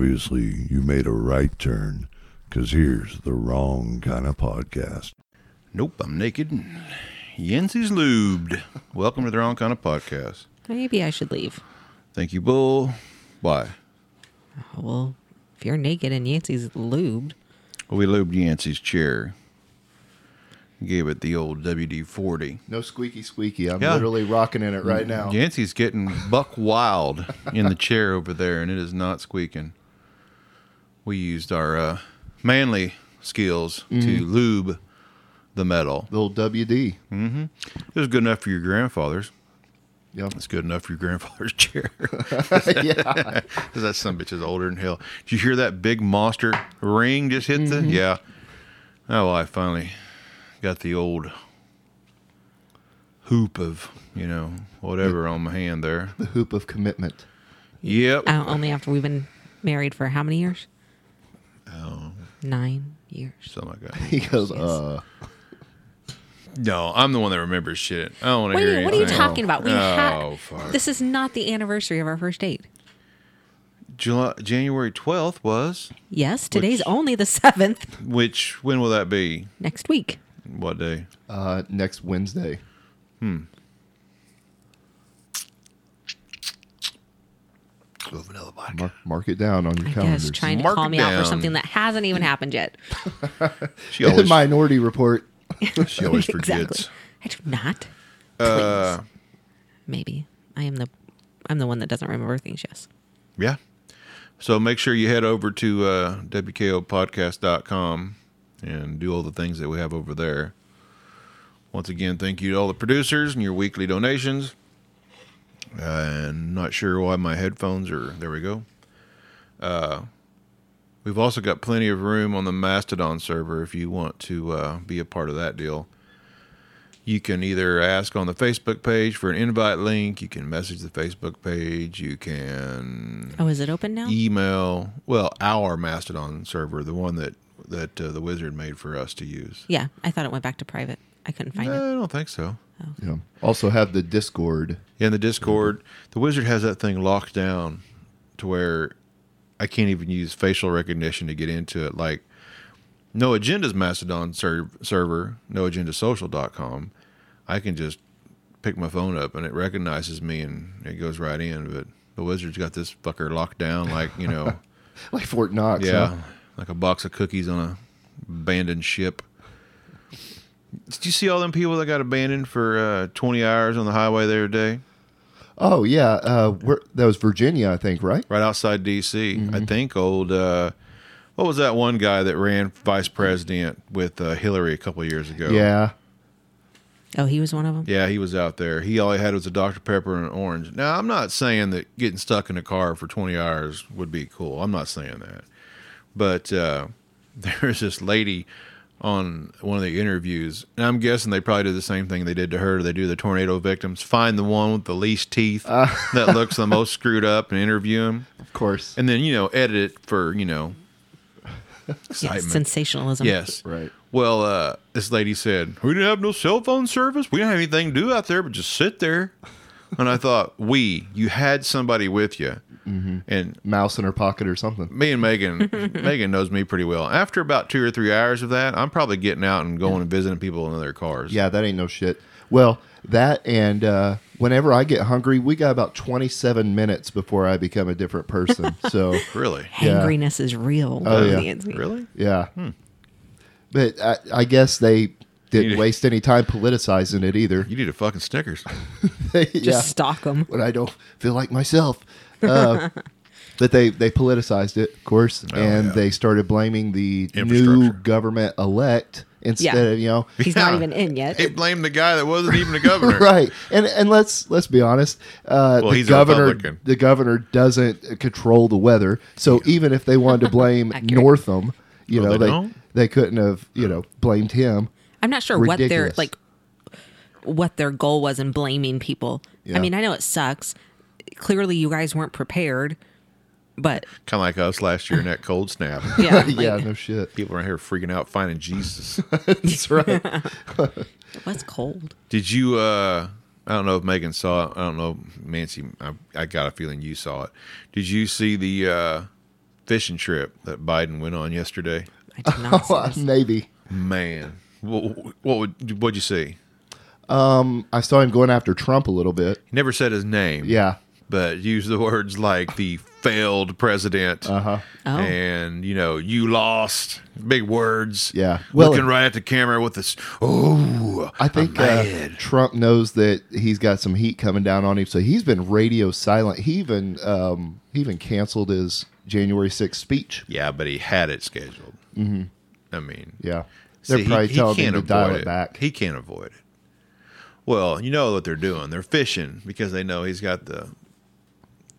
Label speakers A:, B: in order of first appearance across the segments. A: Obviously, you made a right turn because here's the wrong kind of podcast.
B: Nope, I'm naked. and Yancey's lubed. Welcome to the Wrong Kind of Podcast.
C: Maybe I should leave.
B: Thank you, Bull. Why?
C: Oh, well, if you're naked and Yancey's lubed,
B: Well, we lubed Yancey's chair. Gave it the old WD 40.
D: No squeaky squeaky. I'm
B: Yeah. Mm,
D: literally rocking in it right now.
B: Yancey's getting buck wild in the chair over there, and it is not squeaking. We used our uh, manly skills to lube the metal.
D: Little WD.
B: It was good enough for your grandfather's.
D: Yep.
B: It's good enough for your grandfather's chair.
D: yeah.
B: Because that son of a bitch is older than hell. Did you hear that big monster ring just hit
C: Mm-hmm.
B: the? Yeah. Oh, well, I finally got the old hoop of, you know, whatever on my hand there.
D: The hoop of commitment.
B: Yep.
C: uh, only after we've been married for how many years? Oh. Nine years.
B: Something like that.
D: He goes, uh,
B: No, I'm the one that remembers shit. I don't want to
C: What
B: hear
C: are, you,
B: anything.
C: what are you talking about? We
B: oh,
C: had
B: fuck.
C: this is not the anniversary of our first date.
B: July, January 12th was,
C: Yes, today's only the seventh.
B: which, when will that be?
C: Next week.
B: What day?
D: uh, next Wednesday.
B: Vanilla vodka.
D: Mark, mark it down on your
C: I
D: calendars.
C: guess trying to
B: Mark
C: call
B: it
C: me out for
B: down.
C: something that hasn't even happened yet.
B: She always,
D: Minority report.
B: she always forgets.
C: exactly. I do not.
B: Uh,
C: Maybe I am the I'm the one that doesn't remember things. Yes.
B: Yeah. So make sure you head over to uh, WKOpodcast.com and do all the things that we have over there. Once again, thank you to all the producers and your weekly donations. And not sure why my headphones are. There we go. Uh, we've also got plenty of room on the Mastodon server if you want to uh, be a part of that deal. You can either ask on the Facebook page for an invite link, you can message the Facebook page, you can
C: Oh, is it open now?
B: email well our mastodon server the one that that uh, the wizard made for us to use
C: yeah, I thought it went back to private. I couldn't find it.
B: no, i don't think so
D: Yeah. Also have the Discord.
B: in the discord the wizard has that thing locked down to where i can't even use facial recognition to get into it like no agenda's mastodon ser- server no agendasocial.com i can just pick my phone up and it recognizes me and it goes right in but the wizard's got this fucker locked down like you know
D: Like Fort Knox.
B: Yeah,
D: huh?
B: like a box of cookies on a abandoned ship. Did you see all them people that got abandoned for uh, 20 hours on the highway the other day?
D: Oh, yeah. Uh, where, that was Virginia, I think, right?
B: Right outside D.C. I think old, uh, what was that one guy that ran vice president with uh, Hillary a couple of years ago?
D: Yeah.
C: Oh, he was one of them.
B: Yeah, he was out there. He all he had was a Dr. Pepper and an orange. Now, I'm not saying that getting stuck in a car for 20 hours would be cool. I'm not saying that. But uh, there's this lady on one of the interviews, and I'm guessing they probably did the same thing they did to her. They do the tornado victims find the one with the least teeth that looks the most screwed up and interview him,
D: Of course.
B: and then, you know, edit it for, you know,
C: Yes,
B: excitement.
C: sensationalism.
B: Yes.
D: Right.
B: Well, uh, this lady said, We didn't have no cell phone service. We didn't have anything to do out there but just sit there. And I thought, We, you had somebody with you.
D: Mm-hmm.
B: And
D: Mouse in her pocket or something.
B: me and Megan, Megan knows me pretty well. After about two or three hours of that, I'm probably getting out and going and visiting people in their cars.
D: Yeah, that ain't no shit. Well, that and uh, whenever I get hungry, we got about 27 minutes before I become a different person. So.
B: Really?
C: Hangriness is real.
D: Oh, yeah.
C: Yancey.
B: Really?
D: Yeah. But I, I guess they
B: Hmm. You
D: didn't
B: need-
D: waste any time politicizing it either.
B: You need a fucking Snickers.
D: yeah.
C: Just stalk 'em.
D: But I don't feel like myself. Uh, but they, they politicized it, of course, and
B: Oh, yeah.
D: they started blaming the new
B: Infrastructure.
D: government elect instead
C: Yeah.
D: of, you know,
C: He's not
B: Yeah.
C: even in yet.
B: They blamed the guy that wasn't even a governor.
D: right. And and let's let's be honest. Uh,
B: Well,
D: the
B: he's a
D: governor
B: Republican.
D: the governor doesn't control the weather. So even if they wanted to blame
C: Accurate.
D: Northam, you
B: Well, they
D: know, they they,
B: don't?
D: couldn't have, you know, blamed him.
C: I'm not sure what their
D: Ridiculous.
C: like what their goal was in blaming people. I
D: Yeah.
C: mean, I know it sucks. Clearly, you guys weren't prepared, but
B: Kind of like us last year in that cold snap.
C: yeah,
D: yeah,
C: like,
D: no shit.
B: People are here freaking out finding Jesus.
D: That's right.
C: it was cold.
B: Did you? uh I don't know if Megan saw it. I don't know, Nancy. I, I got a feeling you saw it. Did you see the uh fishing trip that Biden went on yesterday?
C: I did not see this.
D: Navy.
B: Man, what, what would what'd you see?
D: I saw him going after Trump a little bit.
B: He never said his name.
D: Yeah.
B: but use the words like the failed president
D: Uh-huh.
C: Oh.
B: and you know you lost big words
D: Yeah. Well,
B: well, looking right at the camera with this oh
D: I think
B: I'm
D: uh,
B: mad."
D: Trump knows that he's got some heat coming down on him, so he's been radio silent. He even um, he even canceled his January 6th speech.
B: yeah but he had it scheduled mm-hmm. i mean
D: Yeah,
B: see,
D: they're
B: he-
D: probably
B: he
D: telling him
B: can't
D: to dial
B: avoid
D: it back.
B: he can't avoid it well you know what they're doing they're fishing because they know he's got the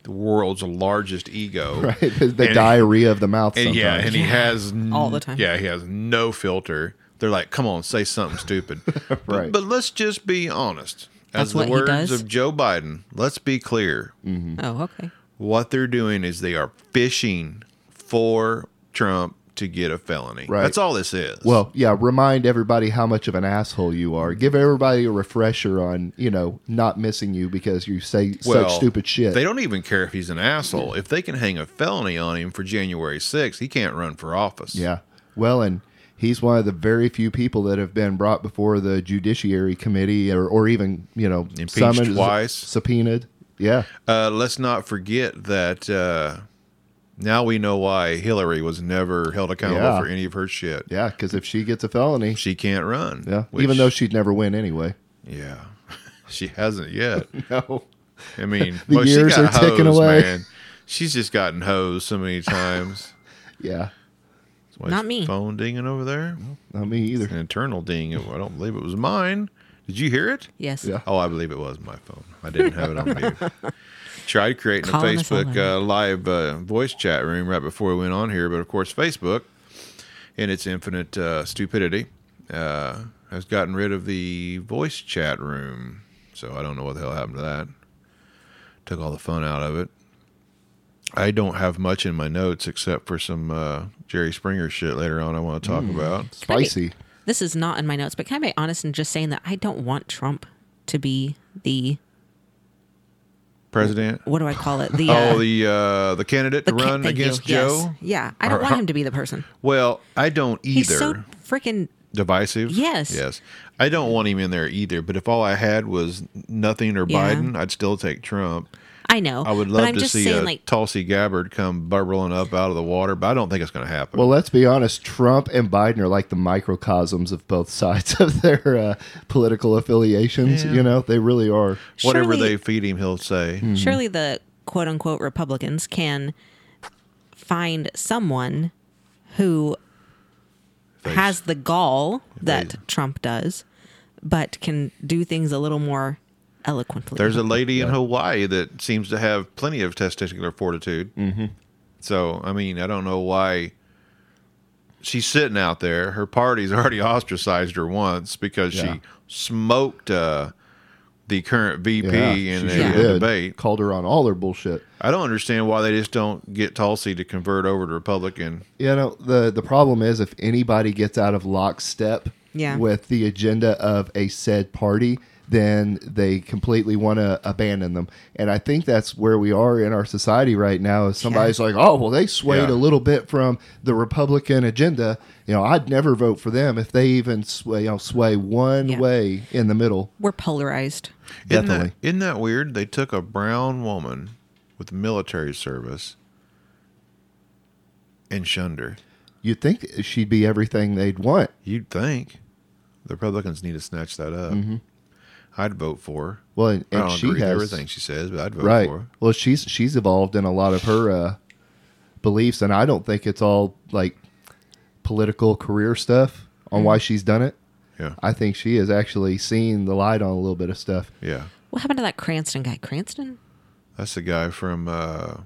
B: the world's largest ego
D: right? The
B: And-
D: diarrhea of the mouth.
B: And
D: Sometimes.
B: yeah, and he has n-
C: All the time.
B: Yeah, he has no filter. They're like, "Come on, say something stupid." But-
D: Right.
B: But, let's just be honest.
C: That's
B: As
C: what
B: the
C: he
B: words
C: does?
B: of Joe Biden, let's be clear.
C: Oh, okay.
B: What they're doing is they are fishing for Trump to get a felony.
D: Right.
B: That's all this is.
D: Well, yeah, remind everybody how much of an asshole you are. Give everybody a refresher on, you know, not missing you because you say
B: Well,
D: such stupid shit.
B: They don't even care if he's an asshole. If they can hang a felony on him for January 6th, he can't run for office.
D: yeah. Well, and he's one of the very few people that have been brought before the judiciary committee or, or even, you know,
B: Impeached twice.
D: subpoenaed. Yeah.
B: Uh, let's not forget that uh, now we know why Hillary was never held accountable
D: Yeah.
B: for any of her shit.
D: Yeah, cuz if she gets a felony,
B: She can't run.
D: yeah,
B: which-
D: even though she'd never win anyway.
B: yeah, she hasn't yet.
D: No.
B: I mean,
D: The
B: well, she
D: years
B: got
D: are ticking
B: hosed,
D: away.
B: Man. She's just gotten hosed so many times.
D: Yeah.
B: That's why
C: Not
B: his
C: me.
B: Phone dinging over there.
D: Not me either.
B: An internal ding. I don't believe it was mine. Did you hear it?
C: Yes.
D: Yeah.
B: Oh, I believe it was my phone. I didn't have it on mute. Tried creating
C: Calling
B: a
C: us all
B: Facebook uh, live uh, voice chat room right before we went on here, but of course, Facebook, in its infinite uh, stupidity, uh, has gotten rid of the voice chat room. So I don't know what the hell happened to that. Took all the fun out of it. I don't have much in my notes except for some uh, Jerry Springer shit later on I want to talk
C: Hmm.
B: about.
C: Can I be-
D: Spicy.
C: this is not in my notes, but can I be honest in just saying that I don't want Trump to be the
B: President.
C: what do I call it? The uh,
B: Oh, the uh, the candidate
C: the
B: to
C: ca-
B: run
C: thank you.
B: against
C: Yes.
B: Joe.
C: Yeah, I don't
B: Or-
C: want him to be the person.
B: Well, I don't either.
C: He's so freaking
B: Divisive.
C: Yes.
B: Yes. I don't want him in there either. But if all I had was nothing or
C: Yeah.
B: Biden, I'd still take Trump.
C: I know.
B: I would
C: but
B: love
C: I'm
B: to
C: just
B: see
C: saying,
B: a
C: like,
B: Tulsi Gabbard come bubbling up out of the water, but I don't think it's going to happen.
D: Well, let's be honest. Trump and Biden are like the microcosms of both sides of their uh, political affiliations. You know, they really are.
B: Whatever
C: surely-
B: they feed him, he'll say.
C: surely the quote unquote Republicans can find someone who has the gall that Trump does, but can do things a little more eloquently.
B: There's a lady in Hawaii that seems to have plenty of testicular fortitude. Mm-hmm. So, I mean, I don't know why she's sitting out there. Her party's already ostracized her once because
D: Yeah.
B: she smoked uh, the current VP in
D: sure
B: a,
C: did.
B: debate.
D: Called her on all her bullshit.
B: I don't understand why they just don't get Tulsi to convert over to Republican.
D: You know, the the problem is if anybody gets out of lockstep
C: Yeah.
D: with the agenda of a said party, then they completely want to abandon them. And I think that's where we are in our society right now. Is somebody's like, oh, well, they swayed
B: Yeah.
D: a little bit from the Republican agenda. You know, I'd never vote for them if they even sway, you know, sway one
C: Yeah.
D: way in the middle.
C: We're polarized.
D: Definitely.
B: Isn't that, isn't that weird? They took a brown woman with military service and shunned her.
D: You'd think she'd be everything they'd want.
B: You'd think the Republicans need to snatch that up. I'd vote for her.
D: Well, Mm-hmm. and,
B: I
D: and
B: don't
D: she
B: agree
D: has
B: with everything she says, but I'd vote
D: right.
B: for her.
D: Well, she's she's evolved in a lot of her uh, beliefs, and I don't think it's all like political career stuff on
C: Mm.
D: why she's done it.
B: Yeah,
D: I think she has actually seen the light on a little bit of stuff.
B: yeah.
C: What happened to that Cranston guy? Cranston?
B: That's the guy from uh,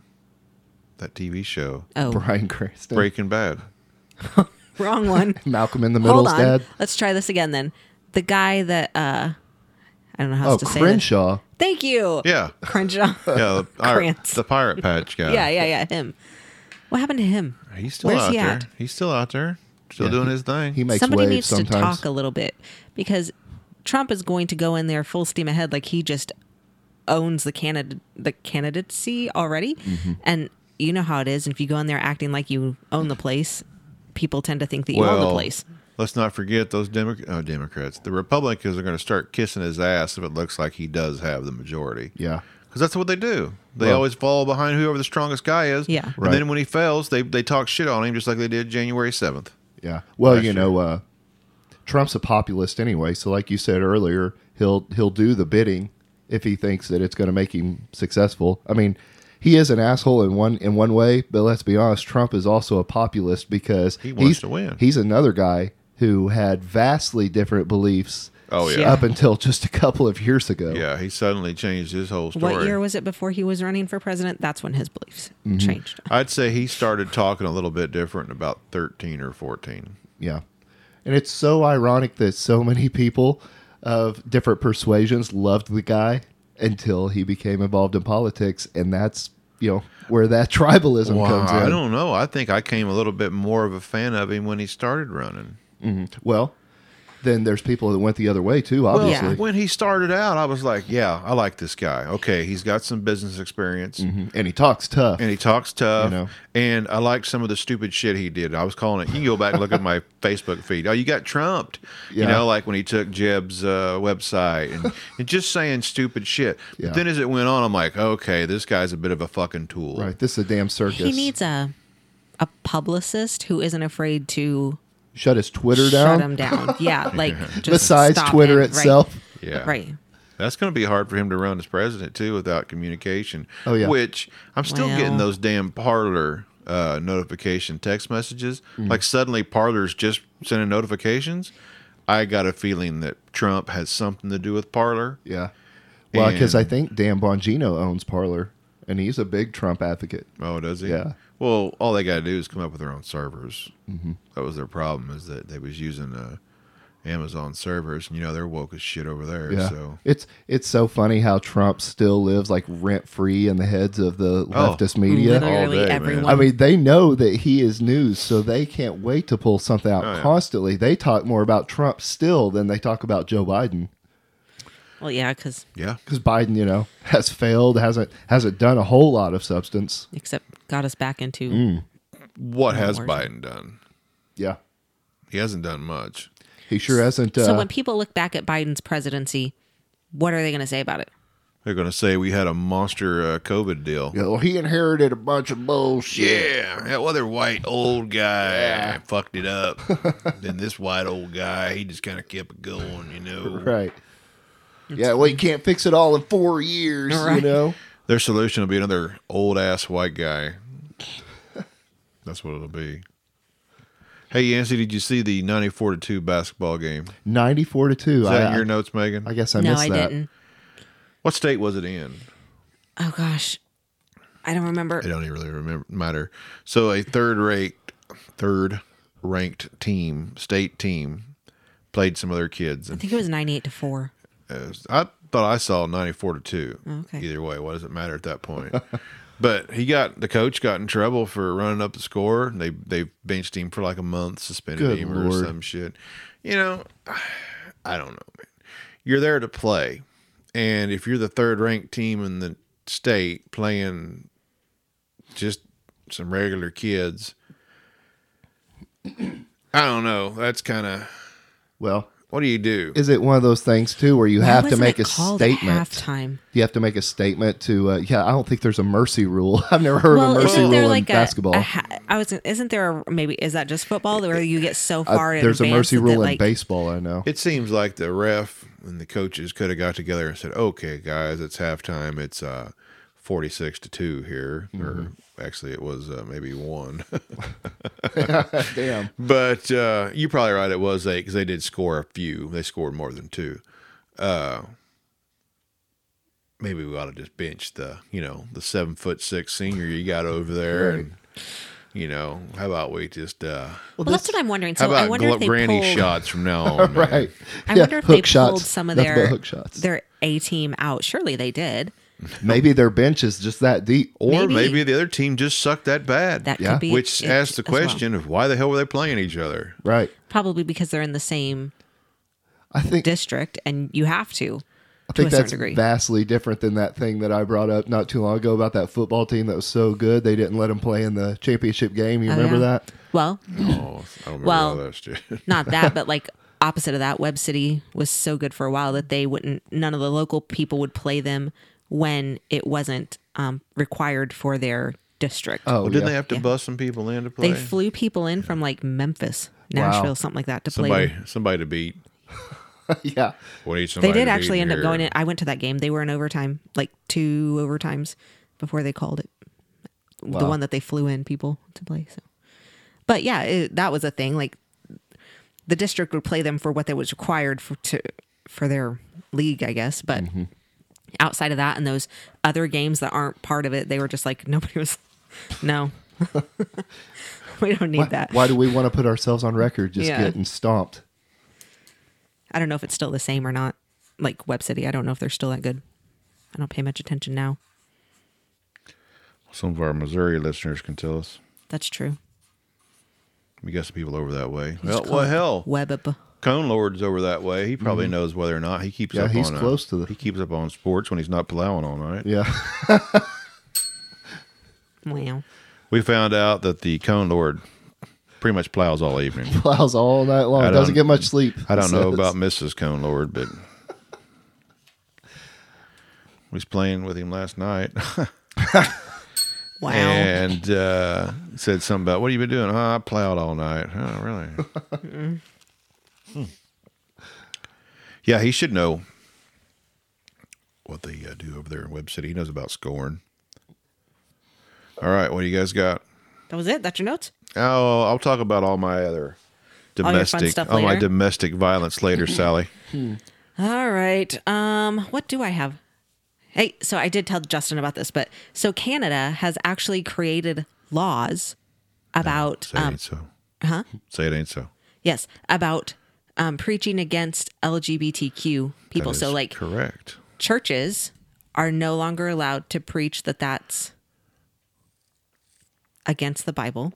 B: that TV show
C: Oh,
D: Brian Cranston,
B: Breaking Bad.
C: wrong one.
D: Malcolm in the Middle's
C: Hold on.
D: dad.
C: Let's try this again then. The guy that uh I don't know how
D: Oh,
C: else to say this.
D: Crenshaw.
C: Thank you.
B: Yeah,
C: Crenshaw.
B: yeah. The, pirate,
C: Krantz.
B: the Pirate Patch guy.
C: yeah, yeah, yeah, him. What happened to him?
B: He's still
C: Where's
B: out
C: he
B: there.
C: at?
B: He's still out there. Still
D: Yeah.
B: doing his thing.
D: He makes
C: Somebody
D: waves
C: needs to
D: sometimes.
C: talk a little bit because Trump is going to go in there full steam
D: Mm-hmm.
C: ahead, like he just owns the candid the candidacy already, and you know how it is. And if you go in there acting like you own the place, people tend to think that you own the place.
B: Let's not forget those Demo- oh, Democrats. The Republicans are going to start kissing his ass if it looks like he does have the majority.
D: Yeah.
B: Because that's what they do. They
D: Well-
B: always follow behind whoever the strongest guy is.
C: Yeah.
B: And
D: Right.
B: then when he fails, they, they talk shit on him just like they did January 7th.
D: Yeah. Well,
B: Last
D: you know, uh, Trump's a populist anyway, so like you said earlier, he'll he'll do the bidding if he thinks that it's going to make him successful. I mean, he is an asshole in one in one way, but let's be honest, Trump is also a populist because
B: He wants
D: he's-
B: to win.
D: He's another guy who had vastly different beliefs
B: Oh, yeah.
C: Yeah.
D: up until just a couple of years ago.
B: Yeah, he suddenly changed his whole story.
C: What year was it before he was running for president? That's when his beliefs
D: Mm-hmm.
C: changed.
B: I'd say he started talking a little bit different in about 13 or 14.
D: Yeah. And it's so ironic that so many people of different persuasions loved the guy until he became involved in politics. And that's, you know, where that tribalism
B: Wow,
D: comes in.
B: I don't know. I think I came a little bit more of a fan of him when he started running.
D: Well, then there's people that went the other way too,
B: Well,
D: obviously.
B: when he started out, I was like, yeah, I like this guy. Okay, he's got some business experience.
D: Mm-hmm. And he talks tough.
B: and he talks tough.
D: You know.
B: And I like some of the stupid shit he did. I was calling it. You can go back and look at my Facebook feed. Oh, you got trumped. You
D: Yeah.
B: know, like when he took Jeb's uh, website and, and just saying stupid shit.
D: Yeah.
B: But then as it went on, I'm like, okay, this guy's a bit of a fucking tool.
D: right. This is a damn circus.
C: He needs a a publicist who isn't afraid to
D: Shut his Twitter
C: shut
D: down.
C: him down. Yeah, like just
D: Besides
C: stop
D: Twitter
C: him. Right.
D: itself.
B: Yeah.
C: right.
B: That's going to be hard for him to run as president too without communication.
D: Oh, yeah.
B: Which I'm still
C: Well-
B: getting those damn parlor uh, notification text messages.
D: Mm.
B: Like suddenly parlor's just sending notifications. I got a feeling that Trump has something to do with parlor.
D: Yeah. Well, because I
B: And-
D: think Dan Bongino owns Parlor and he's a big Trump advocate.
B: Oh, does he?
D: Yeah.
B: Well, all they got to do is come up with their own servers. Mm-hmm. That was their problem is that they was using uh, Amazon servers, and you know they're woke as shit over there.
D: Yeah.
B: So
D: It's it's so funny how Trump still lives like rent free in the heads of
B: Oh.
D: the leftist media.
B: All
C: Literally
B: day, man.
C: everyone.
D: I mean, they know that he is news, so they can't wait to pull something out
B: Oh, yeah.
D: constantly. They talk more about Trump still than they talk about Joe Biden
C: well, yeah, because
B: yeah,
D: because Biden, you know, has failed, hasn't hasn't done a whole lot of substance.
C: except got us back into
D: Mm.
B: what has
C: Lord.
B: Biden done?
D: Yeah,
B: He hasn't done much.
D: he sure hasn't. Uh,
C: So when people look back at Biden's presidency, what are they going to say about it?
B: They're going to say we had a monster uh, COVID deal.
D: you know, he inherited a bunch of bullshit.
B: Yeah, that other white old guy fucked it up. then this white old guy, he just kind of kept it going, you know.
D: Right. Yeah, well, you can't fix it all in four years, you
C: Right.
D: know.
B: Their solution will be another old ass white guy. That's what it'll be. Hey, Yancy, did you see the 94 to 2 basketball game? Is
D: Ninety-four to two.
B: that in
D: I,
B: your notes, Megan?
D: I guess I
C: no,
D: missed
C: I
D: that.
C: didn't.
B: What state was it in?
C: Oh gosh, I don't remember.
B: I don't even really remember matter. So a third ranked third ranked team, state team, played some other kids
C: I
B: and
C: think it was ninety-eight to four.
B: It was- I thought I saw 94 to 2.
C: Okay.
B: Either way, what does it matter at that point? but he got the coach got in trouble for running up the score. and They they benched him for like a month, suspended
D: Good
B: him
D: Lord.
B: or some shit. You know, I don't know, man. You're there to play. And if you're the third ranked team in the state playing just some regular kids, I don't know. That's kind of
D: Well,
B: what do you do?
D: is it one of those things too where you
C: Why
D: have to
C: wasn't
D: make
C: it
D: a
C: called at
D: statement?
C: Halftime.
D: You have to make a statement to. Uh, yeah, I don't think there's a mercy rule. I've never heard
C: Well,
D: of a mercy
C: isn't
D: rule
C: there
D: in
C: like a,
D: basketball.
C: a ha- I was. Isn't there a, maybe? Is that just football where you get so
D: I-
C: far? in
D: there's a
C: advance
D: mercy
C: that,
D: rule in
C: like,
D: baseball. I know.
B: It seems like the ref and the coaches could have got together and said, "Okay, guys, it's halftime. It's uh, forty-six to two here, or
D: Mm-hmm.
B: actually, it was uh, maybe one."
D: Damn.
B: but uh, you're probably right. It was eight because they did score a few. They scored more than two. Uh, maybe we ought to just bench the you know the seven foot six senior you got over there, and you know how about we just uh,
C: Well, that's what I'm wondering.
B: how
C: So I
B: about
C: wonder
B: gl-
C: if they
B: granny
C: pulled,
B: shots from now on, man?
D: Right.
C: I
D: Yeah,
C: wonder if
D: hook
C: they
D: shots.
C: pulled some of
D: Nothing but
C: their
D: hook shots.
C: their A team out. Surely they did.
D: Maybe their bench is just that deep.
B: Or
C: Maybe.
B: maybe. the other team just sucked that bad.
C: That
D: Yeah.
C: could be.
B: which
C: it
B: asks the
C: as well.
B: question of why the hell were they playing each other?
D: Right.
C: Probably because they're in the same
D: I think.
C: district, and you have to.
D: I think
C: a certain
D: that's
C: degree.
D: vastly different than that thing that I brought up not too long ago about that football team that was so good they didn't let them play in the championship game. You
C: Oh,
D: remember
C: yeah.
D: that?
C: Well,
B: Oh, I don't remember
C: Well-
B: all that shit.
C: not that, but like opposite of that, Web City was so good for a while that they wouldn't. None of the local people would play them when it wasn't um, required for their district.
D: Oh,
B: Well, didn't
D: yeah.
B: they have to bust some people in to play?
C: They flew people in from like Memphis,
D: Wow.
C: Nashville, something like that to play.
B: somebody,
C: them.
B: somebody to beat.
D: yeah.
B: We need somebody
C: They did
B: to
C: actually
B: beat
C: end up
B: here.
C: going in. I went to that game. They were in overtime, like two overtimes before they called it. The
D: Wow.
C: one that they flew in people to play. So, but yeah, it, that was a thing. Like the district would play them for what they was required for to for their league, I guess. But
D: Mm-hmm.
C: outside of that, and those other games that aren't part of it, they were just like nobody was. No, we don't need that.
D: Why do we want to put ourselves on record just
C: Yeah.
D: getting stomped?
C: I don't know if it's still the same or not. Like Web City, I don't know if they're still that good. I don't pay much attention now.
B: Some of our Missouri listeners can tell us.
C: That's true.
B: We got some people over that way.
C: It's
B: Well,
C: called
B: well, hell,
C: Web.
B: Cone Lord's over that way. He probably knows whether or not he keeps
D: Yeah,
B: up.
D: he's
B: on uh,
D: close to the-
B: He keeps up on sports when he's not plowing all night.
D: Yeah.
C: Wow.
B: We found out that the Cone Lord pretty much plows all evening.
D: Plows all night
B: I
D: long.
B: don't-
D: Doesn't get much sleep.
B: I don't
D: it
B: know
D: says.
B: about Mrs. Cone Lord, but we was playing with him last night.
C: Wow.
B: and uh, said something about what have you been doing? Oh, I plowed all night. Oh, really? Hmm. Yeah, he should know what they uh, do over there in Web City. He knows about scoring. All right, what do you guys got?
C: That was it. That's your notes.
B: Oh, I'll talk about all my other
C: All your fun
B: domestic,
C: stuff
B: all my
C: later?
B: domestic violence later, Sally.
C: All right. Um, what do I have? Hey, so I did tell Justin about this, but so Canada has actually created laws about
B: Say it
C: um,
B: ain't so. Huh? Say it ain't so.
C: yes, about um, preaching against LGBTQ
B: That
C: people. So
B: is
C: like
B: correct.
C: churches are no longer allowed to preach that that's against the Bible,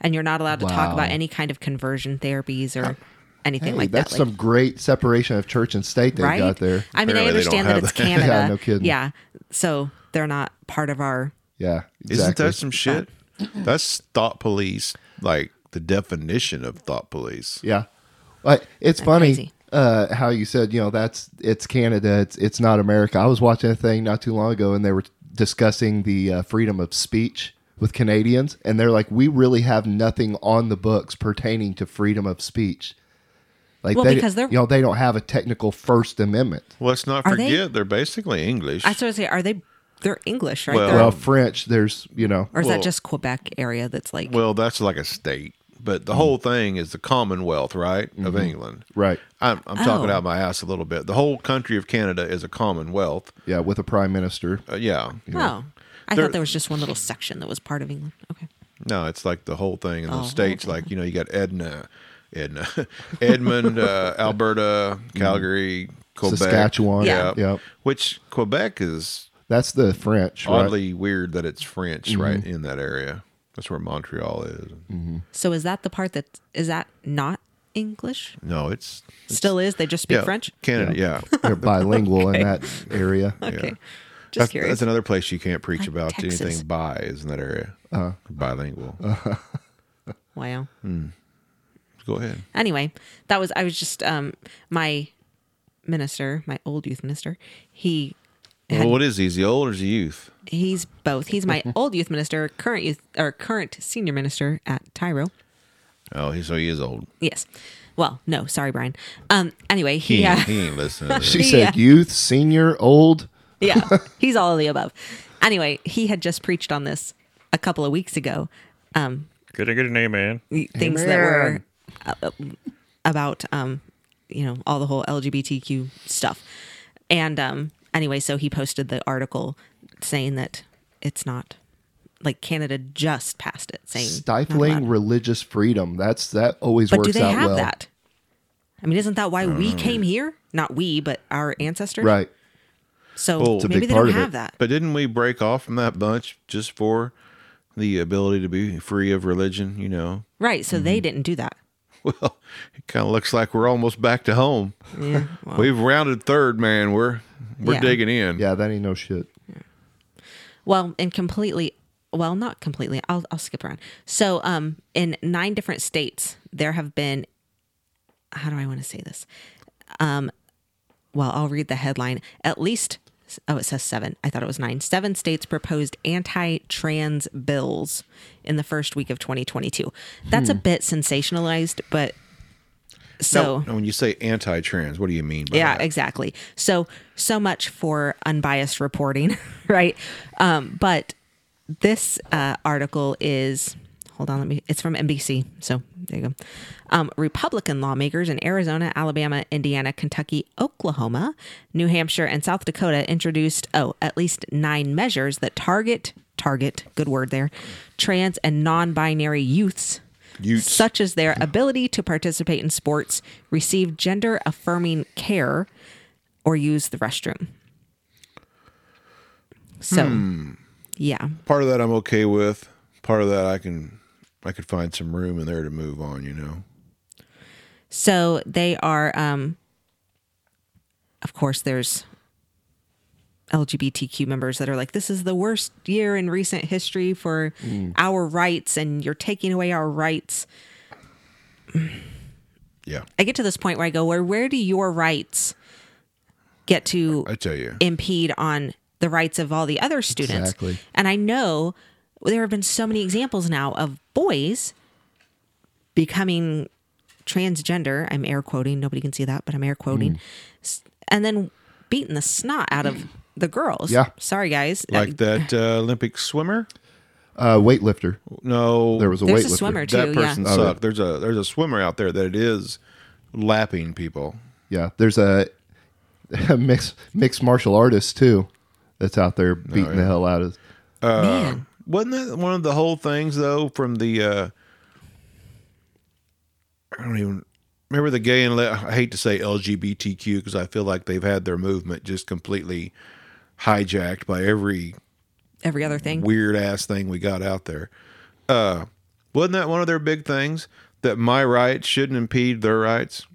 C: and you're not allowed to talk
D: Wow.
C: about any kind of conversion therapies or anything
D: Hey,
C: like
D: that's
C: that. Like-
D: some great separation of church and state they
C: right?
D: got there.
C: I mean, I
B: Apparently they don't
C: understand that
B: have
C: it's
B: that.
C: Canada.
D: Yeah, no kidding.
C: Yeah, so they're not part of our.
D: Yeah.
B: Isn't
D: Exactly.
B: that some shit? That's thought police, like the definition of thought police.
D: Yeah. Like it's funny
C: crazy.
D: uh, how you said, you know, that's it's Canada, it's it's not America. I was watching a thing not too long ago and they were discussing the uh, freedom of speech with Canadians and they're like we really have nothing on the books pertaining to freedom of speech. Like
C: Well,
D: they
C: because they're-
D: you know, they don't have a technical first amendment.
B: Well, let's not
C: Are they-
B: forget they? are basically English.
C: I was going to say, are they? They're English, right?
B: Well-
C: They're-
D: Well, French, there's, you know,
C: or is
B: well-
C: that just Quebec area that's like?
B: well, that's like a state, but the whole thing is the Commonwealth, right, of
D: Mm-hmm.
B: England.
D: right.
B: I'm, I'm talking
C: Oh.
B: out my ass a little bit. The whole country of Canada is a Commonwealth.
D: Yeah, with a prime minister.
B: Uh, yeah.
C: oh, I
B: They're-
C: thought there was just one little section that was part of England. Okay.
B: No, it's like the whole thing in the
C: Oh,
B: states. Like you know, you got Edna, Edna, Edmund, uh, Alberta, Calgary, Quebec,
D: Saskatchewan.
C: Mm. Yeah.
D: Yep.
B: Which Quebec is
D: That's the French, right? Mm-hmm.
B: oddly weird that it's French, right in that area. That's where Montreal is.
D: Mm.
C: So is that the part that is that not English?
B: No, it's
C: Still is. They just speak
B: yeah,
C: French.
B: Canada, yeah.
D: They're bilingual in that area.
C: Okay. Just
B: That's,
C: curious.
B: that's another place you can't preach
C: Like
B: about
C: Texas.
B: anything bi is in that area.
D: Uh-huh.
B: Bilingual.
C: wow.
B: Go ahead.
C: anyway, that was I was just um my minister, my old youth minister. He
B: Well, what is he? Is he old or is he youth?
C: he's both. He's my old youth minister, current youth or current senior minister at Tyro.
B: Oh, he, so he is old.
C: Yes. Well, no, sorry, Brian. Um anyway,
B: He,
C: he
B: yeah.
C: yeah.
B: he ain't listening. To
D: She
B: this.
D: said youth, senior, old.
C: yeah. He's all of the above. Anyway, he had just preached on this a couple of weeks ago. Um
E: Good to get an amen.
C: things that were uh, about um you know all the whole lgbtq stuff and um anyway so he posted the article saying that it's not like canada just passed it saying not
D: stifling
C: allowed.
D: religious freedom. That's that always
C: but
D: works
C: do they
D: out
C: have
D: well.
C: that i mean isn't that why we came here not we but our ancestors
D: Right.
C: so
B: Well, It's a
C: maybe
D: big
C: they
D: part
C: don't
D: of
C: have
D: it.
C: that
B: But didn't we break off from that bunch just for the ability to be free of religion? You know,
D: Mm-hmm.
C: right so they didn't do that
B: Well, it kind of looks like we're almost back to home.
C: Yeah, well,
B: We've rounded third, man. We're we're
C: Yeah.
B: digging in.
D: Yeah, that ain't no shit.
C: well, and completely. Well, not completely. I'll I'll skip around. So, um, in nine different states, there have been. How do I want to say this? Um, well, I'll read the headline. At least, oh, it says seven. I thought it was nine. Seven states proposed anti-trans bills in the first week of 2022. That's a bit sensationalized, but so
B: Now, now when you say anti-trans, what do you mean by
C: yeah
B: that?
C: exactly so so much for unbiased reporting right um but this uh article is hold on let me it's from nbc so there you go um, republican lawmakers in arizona alabama indiana kentucky oklahoma new hampshire and south dakota introduced oh at least nine measures that target target good word there trans and non-binary youths
B: Utes.
C: such as their ability to participate in sports, receive gender affirming care, or use the restroom. So, yeah,
B: Part of that I'm okay with. Part of that I can I could find some room in there to move on. You know.
C: so they are. Um, of course, there's LGBTQ members that are like, "This is the worst year in recent history for our rights, and you're taking away our rights."
B: Yeah,
C: I get to this point where I go, "Where where do your rights get to?"
B: I tell you.
C: impede on the rights of all the other students.
D: Exactly.
C: And I know there have been so many examples now of boys becoming transgender. I'm air quoting. Nobody can see that, but I'm air quoting.
B: Mm.
C: S- And then beating the snot out of the girls.
D: Yeah.
C: Sorry, guys. Uh,
B: like that uh, Olympic swimmer?
D: Uh, weightlifter.
B: No,
D: There was a Oh,
C: there's a
D: weightlifter.
C: swimmer too.
B: that
C: yeah.
B: person sucked. There's a there's a swimmer out there that is lapping people.
D: Yeah, there's a, a mixed mixed martial artist too, that's out
B: Oh,
D: there beating the hell out of.
B: uh,
C: Man.
B: Wasn't that one of the whole things though from the uh I don't even remember the gay and le- I hate to say LGBTQ because I feel like they've had their movement just completely hijacked by every
C: Every other thing.
B: weird ass thing we got out there. Uh wasn't that one of their big things that my rights shouldn't impede their rights?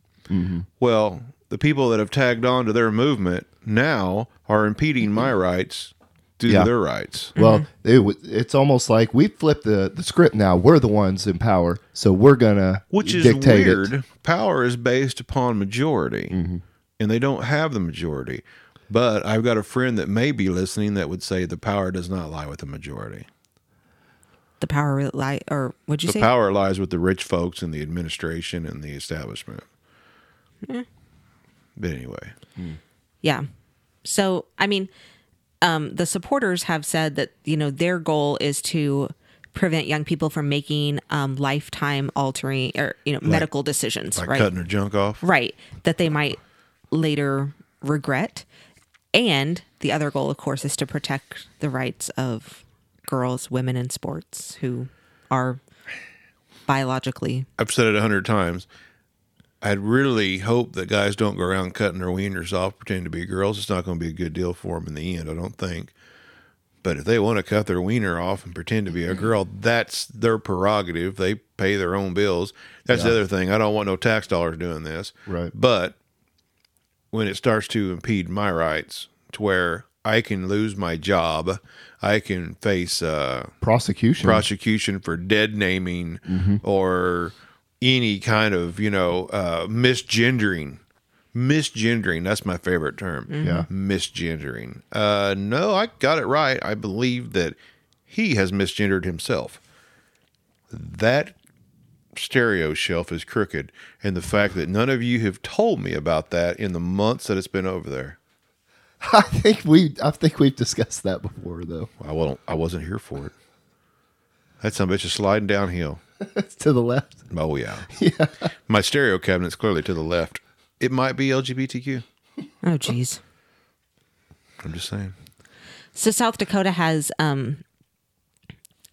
B: Well, the people that have tagged on to their movement now are impeding my rights due
D: Yeah.
B: to their rights.
D: Well,
C: Mm-hmm.
D: it wa- it's almost like we flipped the, the script now. We're the ones in power, so we're gonna
B: which is
D: dictate it. Mm-hmm.
B: weird. Power is based upon majority, and they don't have the majority. But I've got a friend that may be listening that would say the power does not lie with the majority.
C: the power re- li or what'd you
B: The
C: say?
B: power lies with the rich folks and the administration and the establishment.
C: Hmm.
B: But anyway,
C: Yeah. So, I mean, um, the supporters have said that, you know, their goal is to prevent young people from making um, lifetime altering or, you know, medical decisions,
B: like
C: right?
B: cutting her junk off.
C: Right. That they might later regret. And the other goal, of course, is to protect the rights of girls, women in sports who are biologically.
B: I've said it a hundred times. I'd really hope that guys don't go around cutting their wieners off, pretending to be girls. It's not going to be a good deal for them in the end, I don't think. But if they want to cut their wiener off and pretend to be a girl, that's their prerogative. They pay their own bills. That's the other thing. I don't want no tax dollars doing this.
D: Right.
B: But when it starts to impede my rights to where I can lose my job, I can face uh,
D: Prosecution.
B: prosecution for dead naming or any kind of you know uh, misgendering. Misgendering, that's my favorite term.
D: Yeah.
B: Misgendering. Uh, no, I got it right. I believe that he has misgendered himself. That stereo shelf is crooked. And the fact that none of you have told me about that in the months that it's been over there,
D: I think we I think we've discussed that before though.
B: I, won't, I wasn't here for it. That some bitch is sliding downhill.
D: It's to the left.
B: Oh yeah. yeah. My stereo cabinet's clearly to the left. It might be LGBTQ.
C: Oh, geez.
B: I'm just saying.
C: So South Dakota has, um,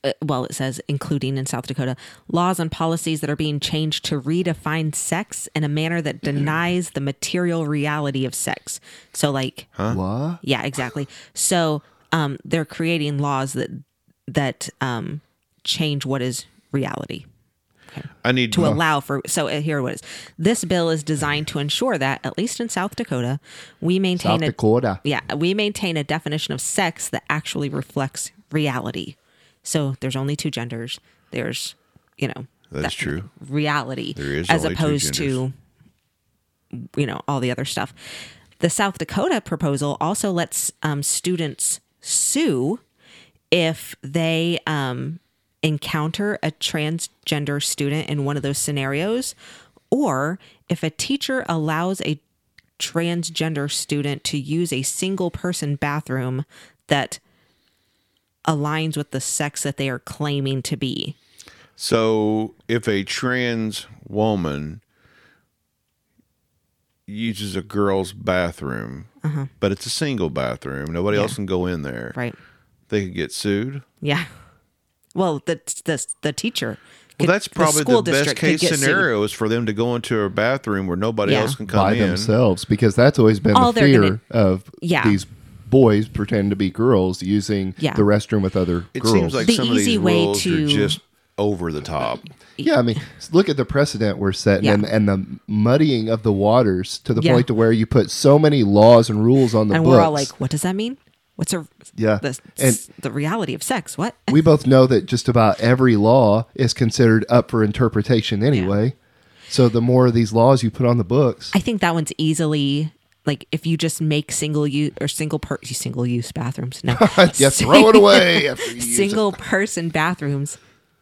C: uh, well, it says including in South Dakota laws and policies that are being changed to redefine sex in a manner that
D: Mm-hmm.
C: denies the material reality of sex. So, like,
D: What?
C: yeah, exactly. So, um, they're creating laws that that um, change what is reality Okay.
B: I need
C: to allow for so uh, here it is. This bill is designed to ensure that at least in South Dakota, we maintain
D: South
C: a
D: Dakota.
C: yeah, we maintain a definition of sex that actually reflects reality. So there's only two genders. There's, you know,
B: That's
C: that-
B: true.
C: Reality
B: There is
C: as
B: only two
C: opposed to, you know, all the other stuff. The South Dakota proposal also lets um, students sue if they um, encounter a transgender student in one of those scenarios, or if a teacher allows a transgender student to use a single person bathroom that aligns with the sex that they are claiming to be.
B: So if a trans woman uses a girl's bathroom, but it's a single bathroom, nobody else can go in there,
C: Uh-huh. Right.
B: they could get sued.
C: Yeah. Well, the the the teacher.
B: Well,
C: could-
B: that's probably the,
C: school
B: best
C: district could
B: case
C: get sued.
B: scenario is for them to go into a bathroom where nobody
C: Yeah.
B: else can come
D: by
B: in.
D: themselves because that's always been
C: All
D: the
C: they're
D: fear
C: gonna-
D: of
C: Yeah.
D: these boys pretending to be girls using
C: Yeah.
D: the restroom with other
B: It
D: girls.
B: seems like
C: The
B: some of these
C: easy way
B: rules are
C: to-
B: just over the top.
D: yeah, I mean, s- look at the precedent we're setting
C: Yeah.
D: and, and the muddying of the waters to the
C: Yeah.
D: point to where you put so many laws and rules on the
C: And
D: books.
C: we're all like, "What does that mean? What's a
D: Yeah.
C: The,
D: And-
C: the reality of sex? What?
D: we both know that just about every law is considered up for interpretation anyway. So the more of these laws you put on the books,
C: I think that one's easily like if you just make single use or single per single use bathrooms. No,
D: yeah, throw it away. After you use it.
C: single person bathrooms,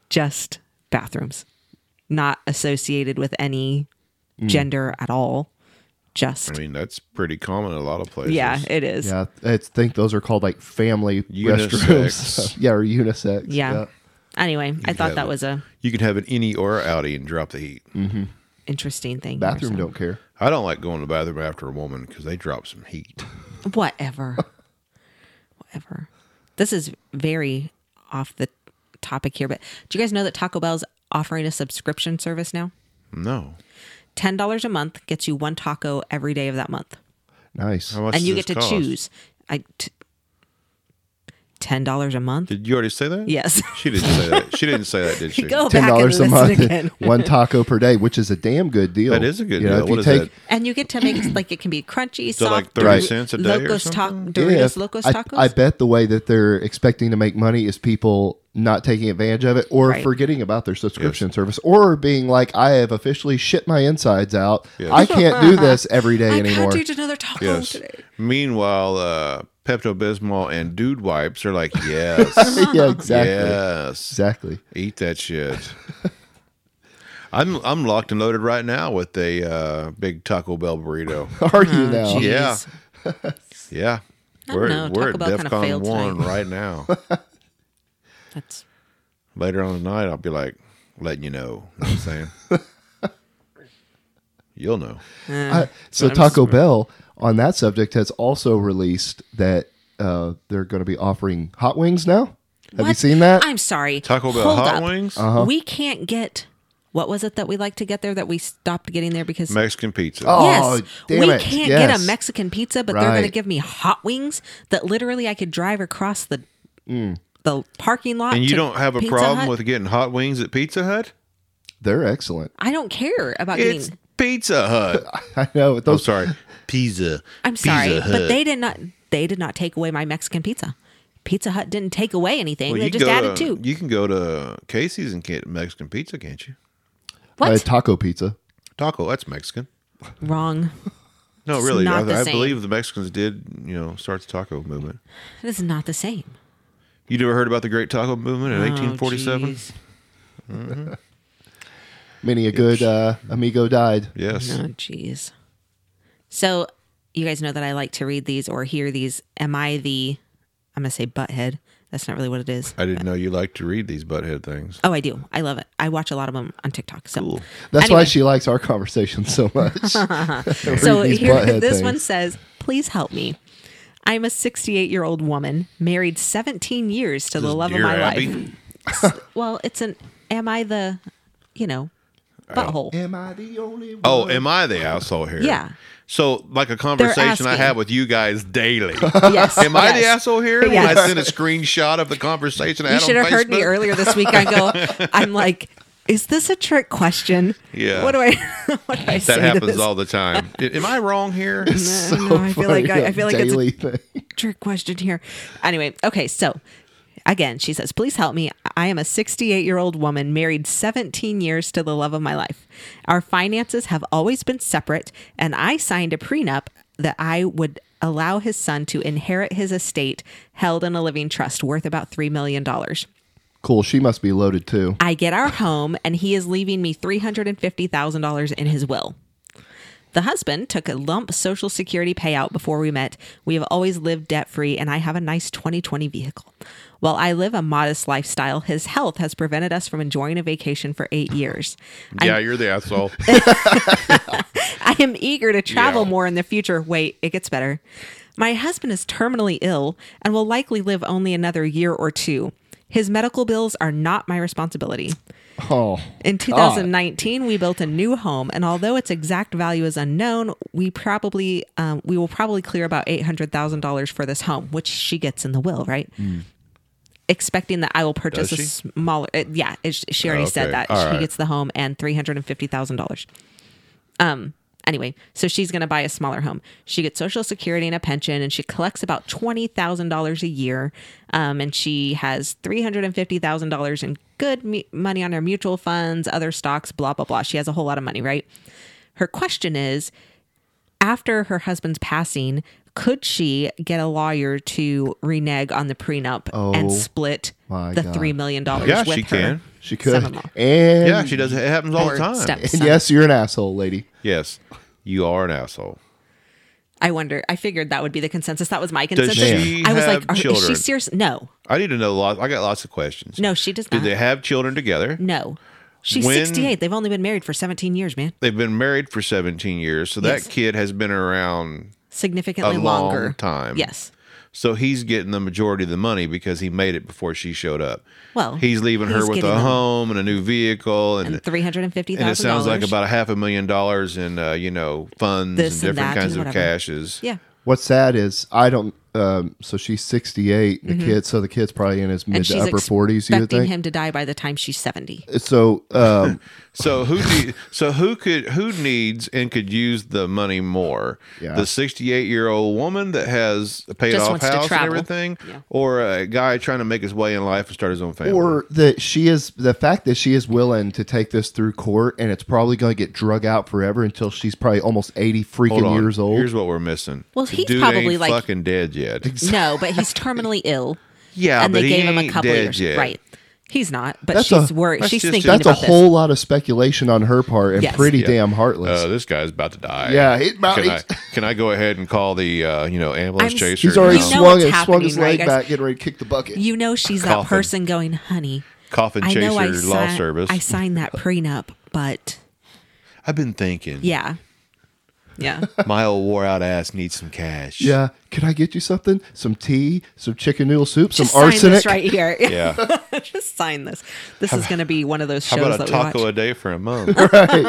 C: just bathrooms, not associated with any
D: Mm.
C: gender at all. Just
B: I mean, that's pretty common in a lot of places.
C: yeah, it is.
D: Yeah, I think those are called like family
B: Unisex.
D: restrooms. yeah, or unisex.
C: Yeah. Anyway, I
B: have
C: thought
B: it.
C: that was a
B: You could have an any or outie and drop the heat.
C: interesting thing. here,
D: Bathroom
C: so-
D: don't care.
B: I don't like going to the bathroom after a woman because they drop some heat.
C: Whatever. Whatever. This is very off the topic here, but do you guys know that Taco Bell's offering a subscription service now?
B: No.
C: Ten dollars a month gets you one taco every day of that month,
D: Nice.
B: How much
C: and
B: does
C: you
B: this
C: get to
B: cost?
C: choose. I t- ten dollars a month.
B: Did you already say that?
C: yes.
B: She didn't say that. She didn't say that, did she?
C: Go
D: Ten
C: back and
D: dollars a
C: listen
D: month,
C: again.
D: one taco per day, which is a damn good deal.
B: That is a good
D: You
B: deal.
D: know, if you
B: What is
D: take-
B: that?
C: And you get to make like it can be crunchy,
B: So,
C: soft,
B: like, 30
C: Dor-
B: cents a day or
C: Locos ta-
B: something?
C: Doritos,
D: if-
C: Locos
D: I,
C: tacos.
D: I bet the way that they're expecting to make money is people not taking advantage of it or
C: Right.
D: forgetting about their subscription service or being like, I have officially shit my insides out. I can't do this every day
C: I
D: anymore.
C: can't eat another taco
B: Yes.
C: today.
B: Meanwhile, uh, Pepto Bismol and Dude Wipes are like, yes,
D: yeah, exactly.
B: yes,
D: Exactly.
B: eat that shit. I'm I'm locked and loaded right now with a uh, big Taco Bell burrito.
D: Are you
C: Uh-huh.
D: now?
C: gee.
B: Yeah,
C: Jeez.
B: yeah.
C: Oh, I
B: We're
C: don't know.
B: we're
C: Taco Bell
B: at
C: kinda
B: DefCon
C: failed
B: one
C: tonight.
B: right now.
C: That's
B: Later on tonight, I'll be like letting you know. You know what I'm saying. You'll know.
D: I- so Taco Bell on that subject has also released that uh, they're going to be offering hot wings now. Have you
C: What?
D: seen that? Uh-huh.
C: I'm sorry.
B: Taco Bell
C: Hold
B: hot
C: up. Uh,
B: wings,
C: We can't get. What was it that we like to get there that we stopped getting there because?
B: Mexican pizza.
D: Oh.
C: yes,
D: damn
C: we
D: it.
C: can't get
D: Yes.
C: a Mexican pizza, but they're going to
D: Right.
C: give me hot wings that literally I could drive across the
D: Mm.
C: the parking lot.
B: and you
C: to
B: don't have a
C: Pizza
B: problem
C: Hut.
B: with getting hot wings at Pizza Hut?
D: They're excellent.
C: I don't care about
B: It's
C: getting.
B: Pizza Hut.
D: I know. but
B: I'm
D: Those
B: sorry, pizza.
C: I'm sorry, but they did not. They did not take away my Mexican pizza. Pizza Hut didn't take away anything. they just added
B: to,
C: two.
B: You can go to Casey's and get Mexican pizza, can't you?
C: What?
D: uh, taco pizza.
B: Taco, that's Mexican.
C: Wrong.
B: No,
C: It's
B: really,
C: not the
B: I, I
C: same.
B: believe the Mexicans did, you know, start the taco movement.
C: This is not the same.
B: You never heard about the Great Taco Movement in 1847?
C: Oh,
D: Many a good uh, amigo died.
B: Yes.
C: Oh, jeez. So, you guys know that I like to read these or hear these. Am I the, I'm going to say butthead. That's not really what it is.
B: I didn't know you liked to read these butthead things.
C: Oh, I do. I love it. I watch a lot of them on TikTok. So,
D: That's why
C: Anyway.
D: she likes our conversation so much.
C: so
D: these
C: here,
D: butthead
C: this
D: things.
C: one says, please help me. I'm a 68 year old woman, married 17 years to the
B: This
C: love of
B: Dear
C: my
B: Abby?
C: life. S- well, it's an, am I the, you know, butthole?
D: Am I the only one?
B: Oh, am I the asshole here?
C: Yeah.
B: So, like a conversation I
C: asking.
B: have with you guys daily.
C: Yes.
B: Am I the
C: yes.
B: asshole here? When I
C: Yes.
B: sent a screenshot of the conversation I
C: You
B: had
C: should
B: on
C: have heard
B: Facebook?
C: me earlier this week. I go, I'm like, is this a trick question?
B: Yeah.
C: What do I? What do I say
B: That
C: to
B: happens
C: this?
B: all the time. I- Am I wrong here?
C: No, no, Oh, I feel like I, I feel like it's a
D: daily thing.
C: trick question here. Anyway, okay, so again, she says, Please help me. I am a 68 year old woman married 17 years to the love of my life. Our finances have always been separate, and I signed a prenup that I would allow his son to inherit his estate held in a living trust worth about $3 million.
D: Cool. She must be loaded too.
C: I get our home, and he is leaving me $350,000 in his will. The husband took a lump social security payout before we met. We have always lived debt free, and I have a nice 2020 vehicle. While I live a modest lifestyle, his health has prevented us from enjoying a vacation for eight years. I'm-
B: Yeah, you're the asshole.
C: I am eager to travel
B: Yeah.
C: more in the future. Wait, it gets better. My husband is terminally ill and will likely live only another year or two. His medical bills are not my responsibility.
D: Oh,
C: In 2019, we built a new home, and although its exact value is unknown, we probably um, we will probably clear about eight hundred thousand dollars for this home, which she gets in the will, right? Expecting that I will purchase a
B: Hmm. Does she?
C: smaller, uh, yeah, it, she
B: Oh,
C: already
B: okay.
C: said that
B: All
C: she
B: right.
C: gets the home and three hundred and fifty thousand dollars. Um. Anyway, so she's going to buy a smaller home. She gets Social Security and a pension, and she collects about twenty thousand dollars a year. Um, and she has three hundred and fifty thousand dollars in good mu- money on her mutual funds, other stocks, blah blah blah. She has a whole lot of money, right? Her question is, after her husband's passing, could she get a lawyer to renege on the prenup
D: Oh,
C: and split
D: my
C: the
D: God.
C: three million dollars?
B: Yeah,
C: with
B: she
C: her
B: can.
D: she could.
C: son-in-law?
D: And
B: Yeah, she does. It happens all
C: Or
B: the time.
C: stepson.
D: And yes, you're an asshole, lady.
B: Yes, you are an asshole.
C: I wonder. I figured that would be the consensus. That was my
B: Does
C: consensus.
B: she
C: I was
B: have
C: like, are, is she
B: children?
C: serious? No,
B: I need to know lots. I got lots of questions.
C: no, she does
B: Do
C: not.
B: they have children together?
C: no, she's
B: When-
C: 68. They've only been married for 17 years, man.
B: They've been married for 17 years, so
C: Yes.
B: that kid has been around.
C: Significantly
B: A long
C: longer
B: time.
C: Yes.
B: So he's getting the majority of the money because he made it before she showed up.
C: Well,
B: he's leaving her
C: he's
B: with
C: getting
B: a
C: them.
B: home and a new vehicle, and
C: And three hundred and fifty
B: and
C: thousand.
B: it sounds like about a half a million dollars in uh, you know funds
C: This
B: and
C: and
B: different
C: that
B: kinds
C: and
B: of
C: whatever.
B: cashes.
C: yeah.
D: What's sad is I don't. Um, so she's 68. The kid, so the kid's probably in his mid
C: Mm-hmm. And
D: to
C: she's
D: upper 40s. You would
C: expecting
D: think.
C: him to die by the time she's seventy.
D: So um,
B: So who need, so who could who needs and could use the money more?
D: Yeah.
B: The 68 year old woman that has a paid
C: Just
B: off
C: wants to
B: house and
C: travel.
B: everything,
C: Yeah.
B: or a guy trying to make his way in life and start his own family.
D: or that she is the fact that she is willing to take this through court, and it's probably going to get drug out forever until she's probably almost 80
B: Hold
D: freaking
B: on.
D: years old.
B: Here's what we're missing.
C: Well,
B: The
C: he's
B: dude
C: probably,
B: ain't
C: like-
B: fucking dead yet.
C: No, but he's terminally ill.
B: Yeah,
C: and
B: but
C: they
B: he
C: gave him a
B: ain't
C: couple
B: dead
C: years.
B: yet.
C: Right. He's not, but
D: That's
C: she's
D: a-
C: worried.
B: that's
C: She's
B: just-
C: thinking
D: That's a
C: about this.
D: whole lot of speculation on her part, and
C: Yes.
D: pretty
B: Yeah.
D: damn heartless.
B: Uh, this guy's about to die.
D: Yeah, he- about-
B: can I
D: he's-
B: can I go ahead and call the uh, you know ambulance
C: I'm-
B: chaser? um,
D: He's already
B: now?
C: You know
D: swung,
C: what's
D: it, swung his
C: happening, right,
D: leg
C: guys?
D: back, getting ready to kick the bucket.
C: You know she's that
B: Coffin.
C: person going, honey.
B: coffin
C: I
B: chaser
C: know I,
B: law
C: si-
B: service.
C: I signed that prenup, but
B: I've been thinking.
C: yeah, yeah.
B: my old wore out ass needs some cash.
D: yeah, can I get you something? Some tea, some chicken noodle soup,
C: Just
D: some
C: sign
D: arsenic.
C: this right here.
B: Yeah.
C: Just sign this. This is going to be one of those
B: How
C: shows
B: about a
C: that
B: taco
C: we
B: a
C: watch.
B: day for a month?
D: Right.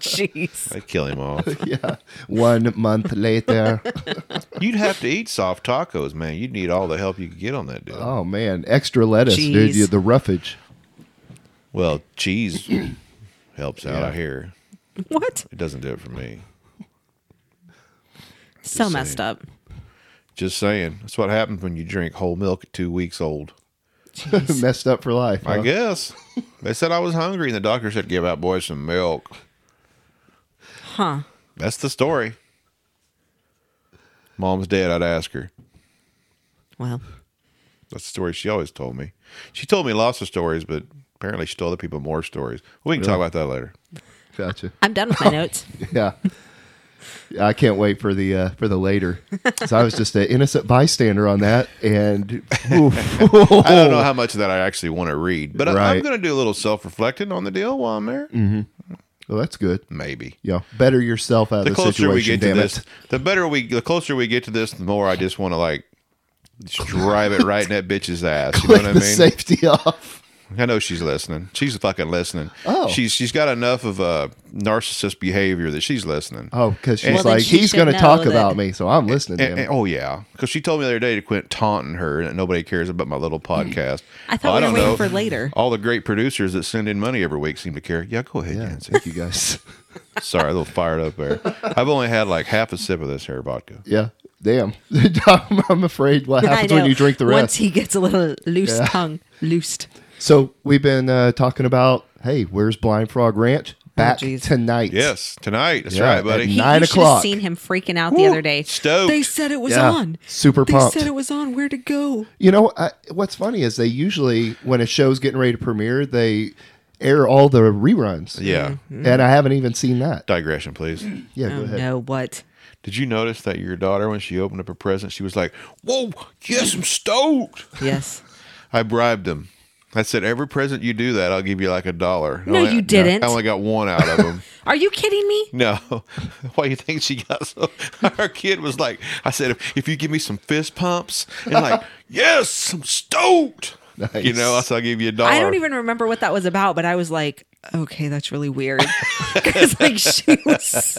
C: Jeez.
B: I'd kill him off.
D: yeah. One month later.
B: You'd have to eat soft tacos, man. You'd need all the help you could get on that deal.
D: Oh man, extra lettuce, dude.
C: Jeez.
D: Yeah, the roughage.
B: Well, cheese helps out. I hear
C: What?
B: it doesn't do it for me.
C: So messed up.
B: Just saying, that's what happens when you drink whole milk at two weeks old.
D: Messed up for life.
B: I
D: huh?
B: guess they said I was hungry, and the doctor said, "Give that boy some milk."
C: Huh.
B: That's the story. Mom's dead. I'd ask her.
C: Well,
B: That's the story she always told me. She told me lots of stories, but apparently she told other people more stories. We can talk about that later.
D: Gotcha.
C: I'm done with my notes.
D: Yeah. I can't wait for the uh, for the later. 'Cause I was just an innocent bystander on that, and oof.
B: I don't know how much of that I actually want to read, but I, I'm
D: Right. Mm.
B: going to do a little self reflecting on the deal while I'm there.
D: well, that's good.
B: Maybe.
D: Yeah, better yourself
B: The
D: out of the
B: closer
D: situation.
B: we get to
D: damn
B: this,
D: it.
B: the better we, the closer we get to this, the more I just want to like just drive it right in that bitch's ass. You know
D: Click
B: what I
D: the
B: mean?
D: safety off.
B: I know she's listening. She's fucking listening.
D: Oh.
B: she's she's got enough of uh, narcissist behavior that she's listening.
D: Oh, because she's
C: Well, then
D: like,
C: she
D: he's
C: should
D: going to
C: know
D: talk
C: that-
D: about me, so I'm listening to
B: And-
D: him.
B: and- oh yeah, because she told me the other day to quit taunting her and nobody cares about my little
D: Mm.
B: podcast.
C: I
B: Well,
C: thought we were
B: don't
C: waiting
B: know.
C: for later.
B: All the great producers that send in money every week seem to care. Yeah, go ahead,
D: Yeah,
B: Yancy.
D: thank you guys.
B: Sorry, a little fired up there. I've only had like half a sip of this here vodka.
D: yeah, damn. I'm, I'm afraid what
C: I
D: happens
C: know.
D: when you drink the
C: Once
D: rest.
C: he gets a little loose tongue, loosed.
D: so we've been uh, talking about, hey, where's Blind Frog Ranch? Back
C: Oh, geez.
D: tonight.
B: Yes, tonight. That's
D: Yeah,
B: right, buddy.
C: He,
D: Nine
C: you should
D: o'clock.
C: have seen him freaking out the other day.
B: stoked.
C: They said it was
D: Yeah.
C: on.
D: Super
C: they
D: pumped.
C: said it was on. Where to go?
D: You know, I, what's funny is they usually, when a show's getting ready to premiere, they air all the reruns.
B: Yeah. Mm-hmm.
D: And I haven't even seen that.
B: Digression, please.
D: Yeah, go
C: Mm-hmm. Oh
D: ahead.
C: no! What?
B: Did you notice that your daughter, when she opened up her present, she was like, "Whoa, yes, I'm stoked."
C: Yes.
B: I bribed him. I said, "Every present you do that, I'll give you like a dollar."
C: No, you didn't.
B: I only got one out of them.
C: Are you kidding me?
B: No. Why you think she got so? Her kid was like, I said, if, if you give me some fist pumps, and like, yes, I'm stoked. You
D: Nice.
B: know, I said, I'll give you a dollar.
C: I don't even remember what that was about, but I was like, okay, that's really weird. Because like she was,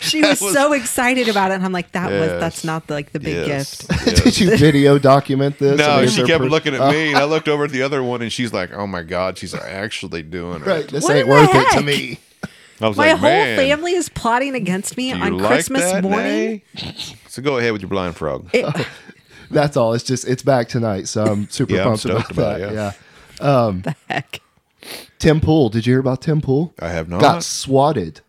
C: she was,
B: was-
C: so excited about it, and I'm like, that
B: Yes.
C: was that's not like the big
B: Yes.
C: gift.
D: Did you video document this? I
B: No,
D: mean, is
B: she
D: there
B: kept
D: proof-
B: looking at me, and I looked over at the other one, and she's like, "Oh my god, she's actually doing it."
D: Right, this
C: What in
D: ain't
C: the
D: worth it to
C: heck?
D: me.
B: I was
C: My
B: like,
C: whole
B: "Man,
C: family is plotting against me
B: do you
C: on
B: like
C: Christmas
B: that,
C: morning.
B: Nay?" Oh. So go ahead with your blind frog.
C: It-
D: That's all. It's just it's back tonight, so I'm super
B: Yeah, I'm
D: pumped
B: stoked about
D: about, that.
B: it,
D: yeah.
B: yeah.
C: the heck.
D: Tim Pool. Did you hear about Tim Pool?
B: I have not.
D: Got swatted.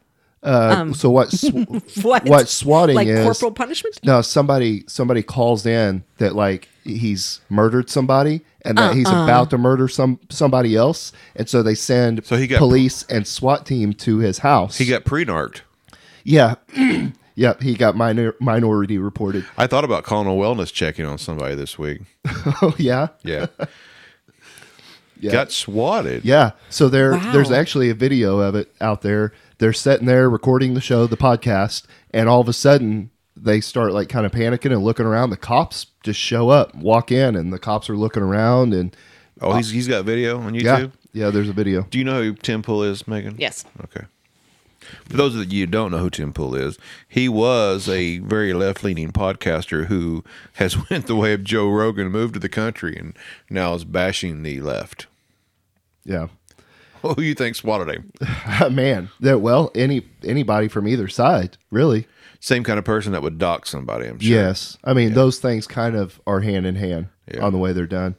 D: Uh,
C: Um,
D: so what? Sw-
C: What?
D: What swatting
C: like
D: is-
C: corporal punishment?
D: no, somebody somebody calls in that like he's murdered somebody and that he's about to murder some somebody else, and so they send
B: So he got-
D: police and SWAT team to his house.
B: He got pre-narked.
D: yeah, yep. He got minor minority reported.
B: I thought about calling a wellness check in on somebody this week.
D: oh yeah.
B: Yeah,
D: Yeah.
B: got swatted.
D: Yeah. So there
C: Wow.
D: there's actually a video of it out there. They're sitting there recording the show, the podcast, and all of a sudden they start like kind of panicking and looking around. The cops just show up, walk in, and the cops are looking around and
B: Oh, he's he's got video on YouTube.
D: yeah. Yeah, there's a video.
B: Do you know who Tim Pool is, Megan?
C: Yes.
B: Okay. For those of you who don't know who Tim Pool is, he was a very left-leaning podcaster who has went the way of Joe Rogan, moved to the country, and now is bashing the left.
D: Yeah.
B: Who you think swatted him?
D: Man, that well, any anybody from either side, really.
B: Same kind of person that would dock somebody. I'm sure.
D: Yes. I mean, those things kind of are hand in hand
B: Yeah.
D: on the way they're done.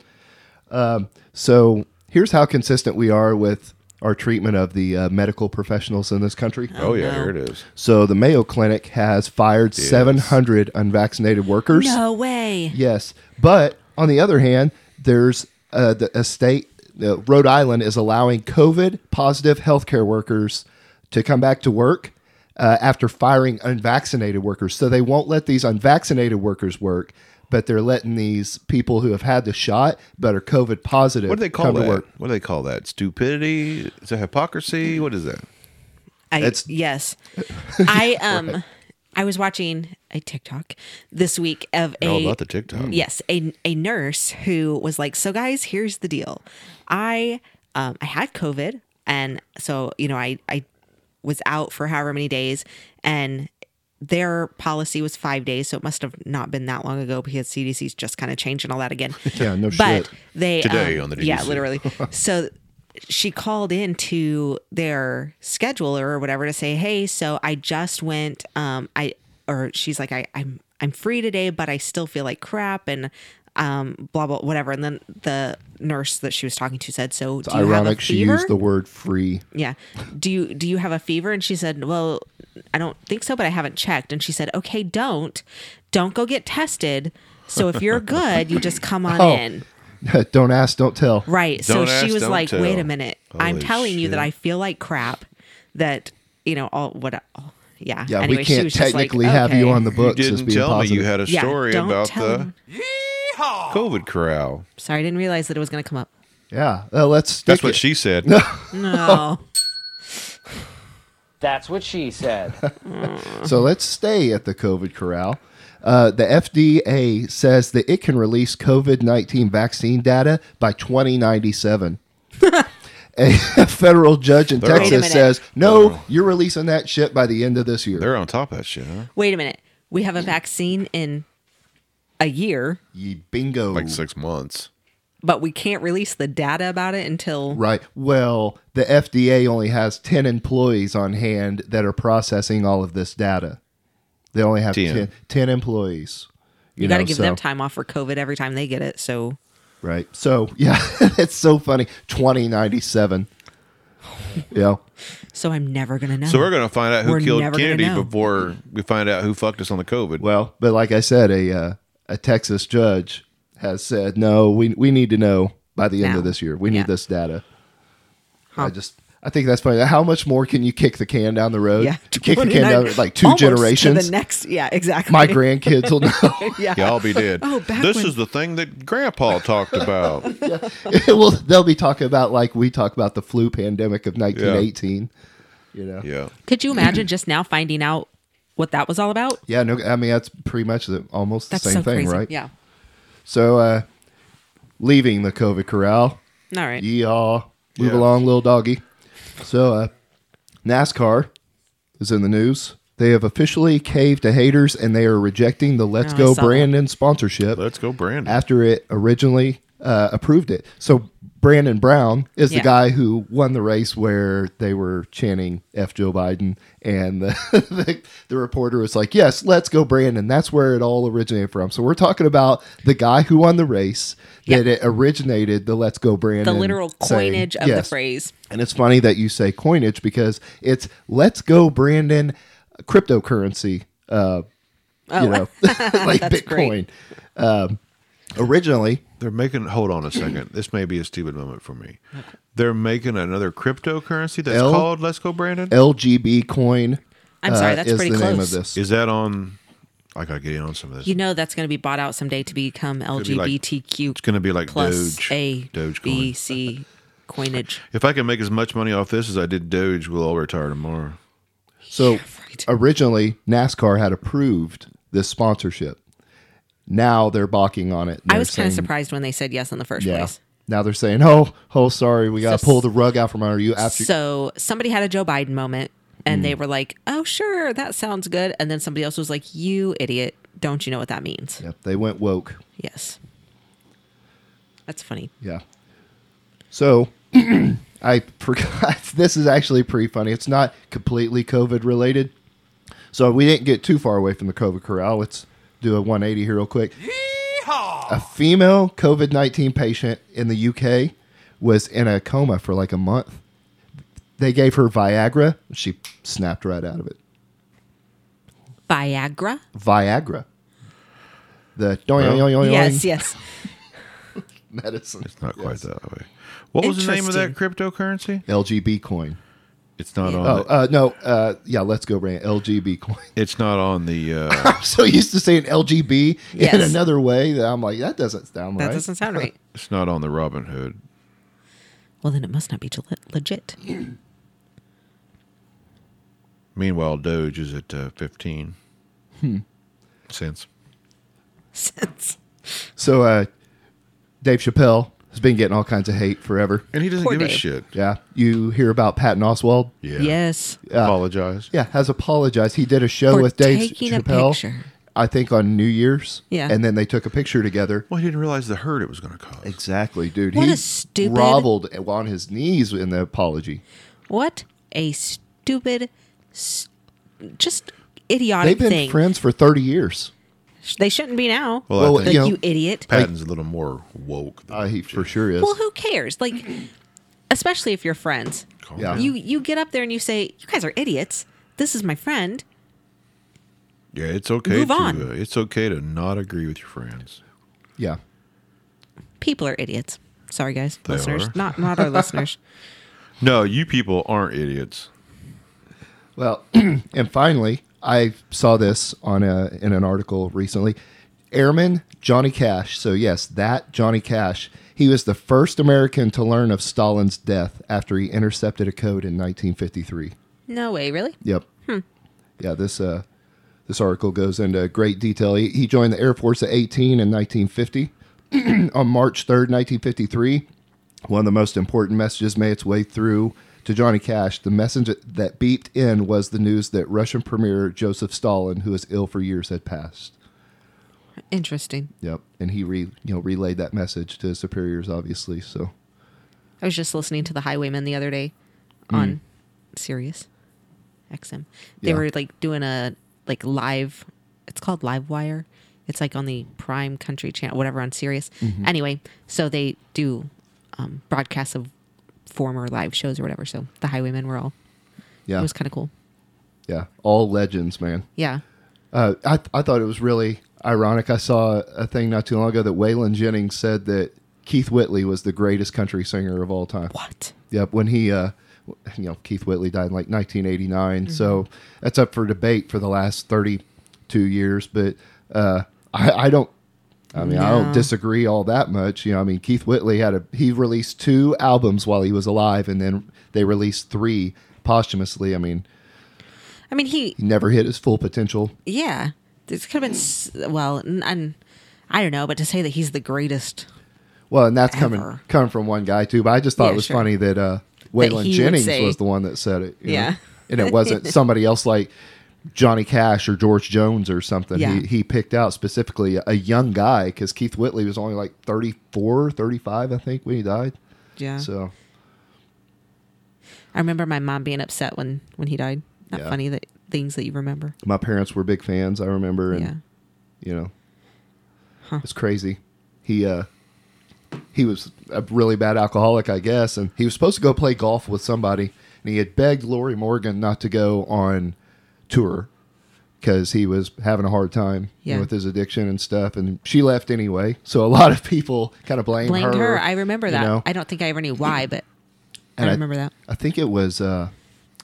D: Um, so here's how consistent we are with our treatment of the uh, medical professionals in this country.
B: Oh yeah,
C: no.
B: here it is.
D: So the Mayo Clinic has fired 700 unvaccinated workers.
C: No way.
D: Yes, but on the other hand, there's uh, the, a state, uh, Rhode Island, is allowing COVID positive healthcare workers to come back to work uh, after firing unvaccinated workers. So they won't let these unvaccinated workers work, but they're letting these people who have had the shot but are COVID positive
B: What do they call
D: come
B: that?
D: to work.
B: What do they call that? Stupidity? Is that hypocrisy? What is that?
C: I,
D: It's-
C: yes. I um I was watching a TikTok this week of
B: All
C: a
B: about the TikTok.
C: yes a a nurse who was like, so guys, here's the deal. I um I had COVID and so you know I I was out for however many days and their policy was five days, so it must have not been that long ago because CDC's just kind of changing all that again.
D: Yeah, no
C: but
D: shit.
C: they
B: Today
C: um,
B: on the
C: yeah
B: DDC.
C: literally so she called into their scheduler or whatever to say hey so i just went um i or she's like i i'm i'm free today but i still feel like crap and um blah blah whatever and then the nurse that she was talking to said so do you have a
D: Ironic, she
C: fever
D: used the word free.
C: yeah do you do you have a fever and she said well i don't think so but i haven't checked and she said okay don't don't go get tested so if you're good you just come on
D: Oh.
C: in
D: don't ask, don't tell.
C: Right.
B: Don't
C: so
B: ask,
C: she was
B: don't
C: like, wait
B: tell."
C: a minute. I'm
B: Holy
C: telling you that
B: shit.
C: I feel like crap. That, you know, all what, oh, yeah.
D: Yeah,
C: Anyway,
D: we
C: she
D: can't
C: was just like,
D: technically have you
C: "Okay."
D: on the books
B: you
D: as
B: didn't
D: being
B: tell
D: positive.
B: me you had a
C: Yeah,
B: story
C: don't
B: about
C: tell
B: the
C: him.
B: COVID corral.
C: Sorry, I didn't realize that it was going to come up.
D: yeah, uh, let's. Stick
B: That's what
D: it.
B: she said.
C: No.
E: That's what she said.
D: So let's stay at the COVID corral. Uh, the FDA says that it can release COVID 19 vaccine data by 2097. a federal judge in
B: They're on-
D: Texas
C: Wait a
D: says,
B: minute.
D: "No, you're releasing that shit by the end of this year."
B: They're on top of that shit, huh?
C: Wait a minute. We have a vaccine in a year,
D: Ye bingo.
B: Like six months.
C: but we can't release the data about it until
D: Right. Well, the FDA only has 10 employees on hand that are processing all of this data. They only have 10,
B: 10.
D: 10 employees.
C: you, got to
D: know,
C: give
D: so-
C: them time off for COVID every time they get it. So
D: Right. So, yeah, it's so funny. 2097. yeah.
C: so I'm never gonna know.
B: So we're gonna find out who
C: We're
B: killed
C: never gonna
B: Kennedy
C: know.
B: before we find out who fucked us on the COVID.
D: Well, but like I said, a, uh, a Texas judge has said, no, we, we need to know by the end
C: Now.
D: of this year. We need
C: Yeah.
D: this data.
C: Huh.
D: I just. I think that's funny. How much more can you kick the can down the road?
C: yeah,
D: You kick the can
C: 29
D: down like two
C: almost to
D: generations.
C: the next, yeah, exactly.
D: my grandkids will know.
C: yeah.
B: Y'all be dead.
C: Oh, back
B: this
C: when-
B: is the thing that Grandpa talked about.
D: well, they'll be talking about like we talk about the flu pandemic of 1918. You know, yeah.
B: yeah.
C: Could you imagine just now finding out what that was all about?
D: no, I mean that's pretty much the, almost
C: That's
D: the
C: so
D: same thing,
C: crazy.
D: right?
C: Yeah.
D: So, uh, leaving the COVID corral,
C: All right.
D: yeehaw, move
B: Yeah.
D: along, little doggy. So, uh, NASCAR is in the news. They have officially caved to haters, and they are rejecting the Let's
C: Oh, I
D: Go
C: saw that.
D: Brandon sponsorship.
B: Let's go, Brandon.
D: after it originally uh, approved it. So Brandon Brown is
C: Yeah.
D: the guy who won the race where they were chanting F Joe Biden, and the, the the reporter was like, "Yes, let's go, Brandon." That's where it all originated from. So we're talking about the guy who won the race that it originated the "Let's go,
C: The
D: Brandon"
C: literal
D: saying.
C: coinage of the
D: Yes.
C: phrase.
D: And it's funny that you say coinage because it's "Let's go, Brandon" cryptocurrency. Uh, you know, like
C: Oh. That's
D: Bitcoin.
C: great.
D: Um, originally,
B: They're making. Hold on a second. This may be a stupid moment for me. They're making another cryptocurrency that's
D: L-
B: called Let's Go, Brandon.
D: LGB coin. uh,
C: I'm sorry, that's
D: is
C: pretty
D: the name of
C: close.
D: this.
B: Is that on? I gotta get in on some of this.
C: You know that's going to be bought out someday to become
B: be like-
C: LGBTQ
B: it's gonna be like
C: plus
B: Doge.
C: A
B: Doge
C: B C coinage.
B: If I can make as much money off this as I did Doge, we'll all retire tomorrow.
D: So
C: right.
D: originally, NASCAR had approved this sponsorship. Now they're balking on it. and
C: I
D: they're
C: was kind of
D: saying-
C: surprised when they said yes in the first
D: Yeah.
C: place.
D: Now they're saying, "Oh, oh, sorry, we got to
C: So-
D: pull the rug out from under you." After
C: So somebody had a Joe Biden moment and they were like, "Oh, sure, that sounds good." And then somebody else was like, "You idiot, don't you know what that means?"
D: Yep, they went woke.
C: Yes. That's funny.
D: Yeah. So I forgot. This is actually pretty funny. It's not completely COVID related. So we didn't get too far away from the COVID corral. Let's do a 180 here real quick. A female COVID 19 patient in the UK was in a coma for like a month. They gave her Viagra. She snapped right out of it.
C: Viagra?
D: Viagra. The doing
C: Yes, yes.
D: medicine.
B: It's not quite that way. What was the name of that cryptocurrency?
D: LGB coin.
B: It's not on.
D: Oh,
B: the,
D: uh, no. Uh, yeah, let's go, Brand. LGB coin.
B: it's not on the. Uh,
D: I'm so used to saying LGB in
C: Yes.
D: another way that I'm like, that doesn't sound
C: That
D: right.
C: doesn't sound right.
B: it's not on the Robin Hood.
C: Well, then it must not be gel- legit.
B: Meanwhile, Doge is at uh, fifteen
D: Hmm.
B: cents.
C: Since
D: so, uh, Dave Chappelle has been getting all kinds of hate forever.
B: And he doesn't
C: Poor
B: give a
C: Dave.
B: shit.
D: Yeah. You hear about Patton Oswald?
B: Yeah.
C: Yes.
B: Apologize.
D: Yeah, has apologized. He did a show
C: For
D: with Dave
C: taking a
D: Chappelle,
C: picture.
D: I think on New Year's.
C: Yeah.
D: And then they took a picture together.
B: Well, he didn't realize the hurt it was going to cause.
D: Exactly, dude.
C: What
D: he
C: a stupid-
D: groveled on his knees in the apology.
C: What a stupid, s- just
D: They've
C: idiotic
D: been
C: thing.
D: friends for 30 years.
C: Sh- they shouldn't be now.
B: Well, I
D: Well,
B: think
C: like,
D: you know,
C: you idiot.
B: Patton's a little more woke. Than
D: Uh, he for sure is.
C: well, who cares? Like, especially if you're friends.
B: Calm
D: Yeah.
B: down.
C: You you get up there and you say, "You guys are idiots. This is my friend."
B: yeah, it's okay.
C: Move
B: to,
C: on.
B: uh, it's okay to not agree with your friends.
D: yeah.
C: People are idiots. Sorry, guys,
B: They
C: listeners,
B: are.
C: not not our listeners.
B: No, you people aren't idiots.
D: Well, and finally, I saw this on a in an article recently. Airman Johnny Cash. So yes, that Johnny Cash. He was the first American to learn of Stalin's death after he intercepted a code in 1953.
C: No way, really.
D: Yep.
C: Hmm.
D: Yeah, this uh, this article goes into great detail. He, he joined the Air Force at 18 in 1950. On March 3rd, 1953, One of the most important messages made its way through to Johnny Cash. The message that beeped in was the news that Russian Premier Joseph Stalin, who was ill for years, had passed.
C: Interesting.
D: Yep, and he re, you know relayed that message to his superiors, obviously. So
C: I was just listening to the Highwaymen the other day on Sirius XM. They
D: Mm. Yeah.
C: were like doing a like live. It's called Live Wire. It's like on the Prime Country channel, whatever on Sirius.
D: Mm-hmm.
C: Anyway, so they do um, broadcasts of former live shows or whatever. So the Highwaymen were all.
D: yeah,
C: It was kind of cool.
D: yeah, all legends, man.
C: Yeah.
D: Uh, I, I thought it was really ironic. I saw a thing not too long ago that Waylon Jennings said that Keith Whitley was the greatest country singer of all time.
C: What?
D: Yep, when he, uh, you know, Keith Whitley died in like 1989. So
C: Mm-hmm.
D: that's up for debate for the last 32 years. But uh, I, I don't, I mean, I
C: No.
D: don't disagree all that much. You know, I mean, Keith Whitley had a, he released two albums while he was alive, and then they released three posthumously. I mean,
C: I mean, he
D: he never hit his full potential.
C: Yeah, this could have been s- well, n- n- I don't know, but to say that he's the greatest,
D: Well, and that's coming
C: Ever.
D: coming from one guy too. But I just thought
C: Yeah,
D: it was
C: sure.
D: funny that uh, Waylon
C: he would
D: Jennings
C: say-
D: was the one that said it. you know?
C: Yeah.
D: and it wasn't somebody else like Johnny Cash or George Jones or something.
C: Yeah.
D: He he picked out specifically a young guy because Keith Whitley was only like 34, 35, I think, when he died.
C: yeah.
D: So
C: I remember my mom being upset when when he died. Not
D: Yeah.
C: funny that things that you remember.
D: my parents were big fans. I remember, and
C: Yeah,
D: you know
C: Huh.
D: it's crazy he uh he was a really bad alcoholic i guess and he was supposed to go play golf with somebody and he had begged lori morgan not to go on tour because he was having a hard time you know,
C: Yeah.
D: with his addiction and stuff and she left anyway so a lot of people kind of blamed,
C: blamed her. I remember
D: you
C: that.
D: know?
C: I don't think I ever knew why, but
D: And
C: I remember that.
D: I think it was uh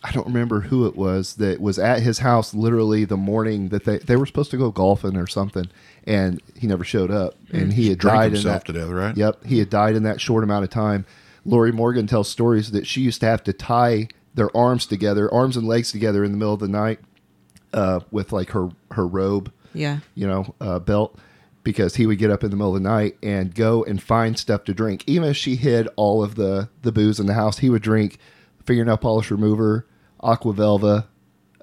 D: I don't remember who it was that was at his house literally the morning that they, they were supposed to go golfing or something and he never showed up and he had
B: Hmm. drank
D: died in
B: himself
D: that,
B: to death, right?
D: Yep, he had died in that short amount of time. Lori Morgan tells stories that she used to have to tie their arms together, arms and legs together in the middle of the night uh, with like her her robe
C: Yeah,
D: you know, uh, belt because he would get up in the middle of the night and go and find stuff to drink. Even if she hid all of the the booze in the house, he would drink fingernail polish remover, aqua velva.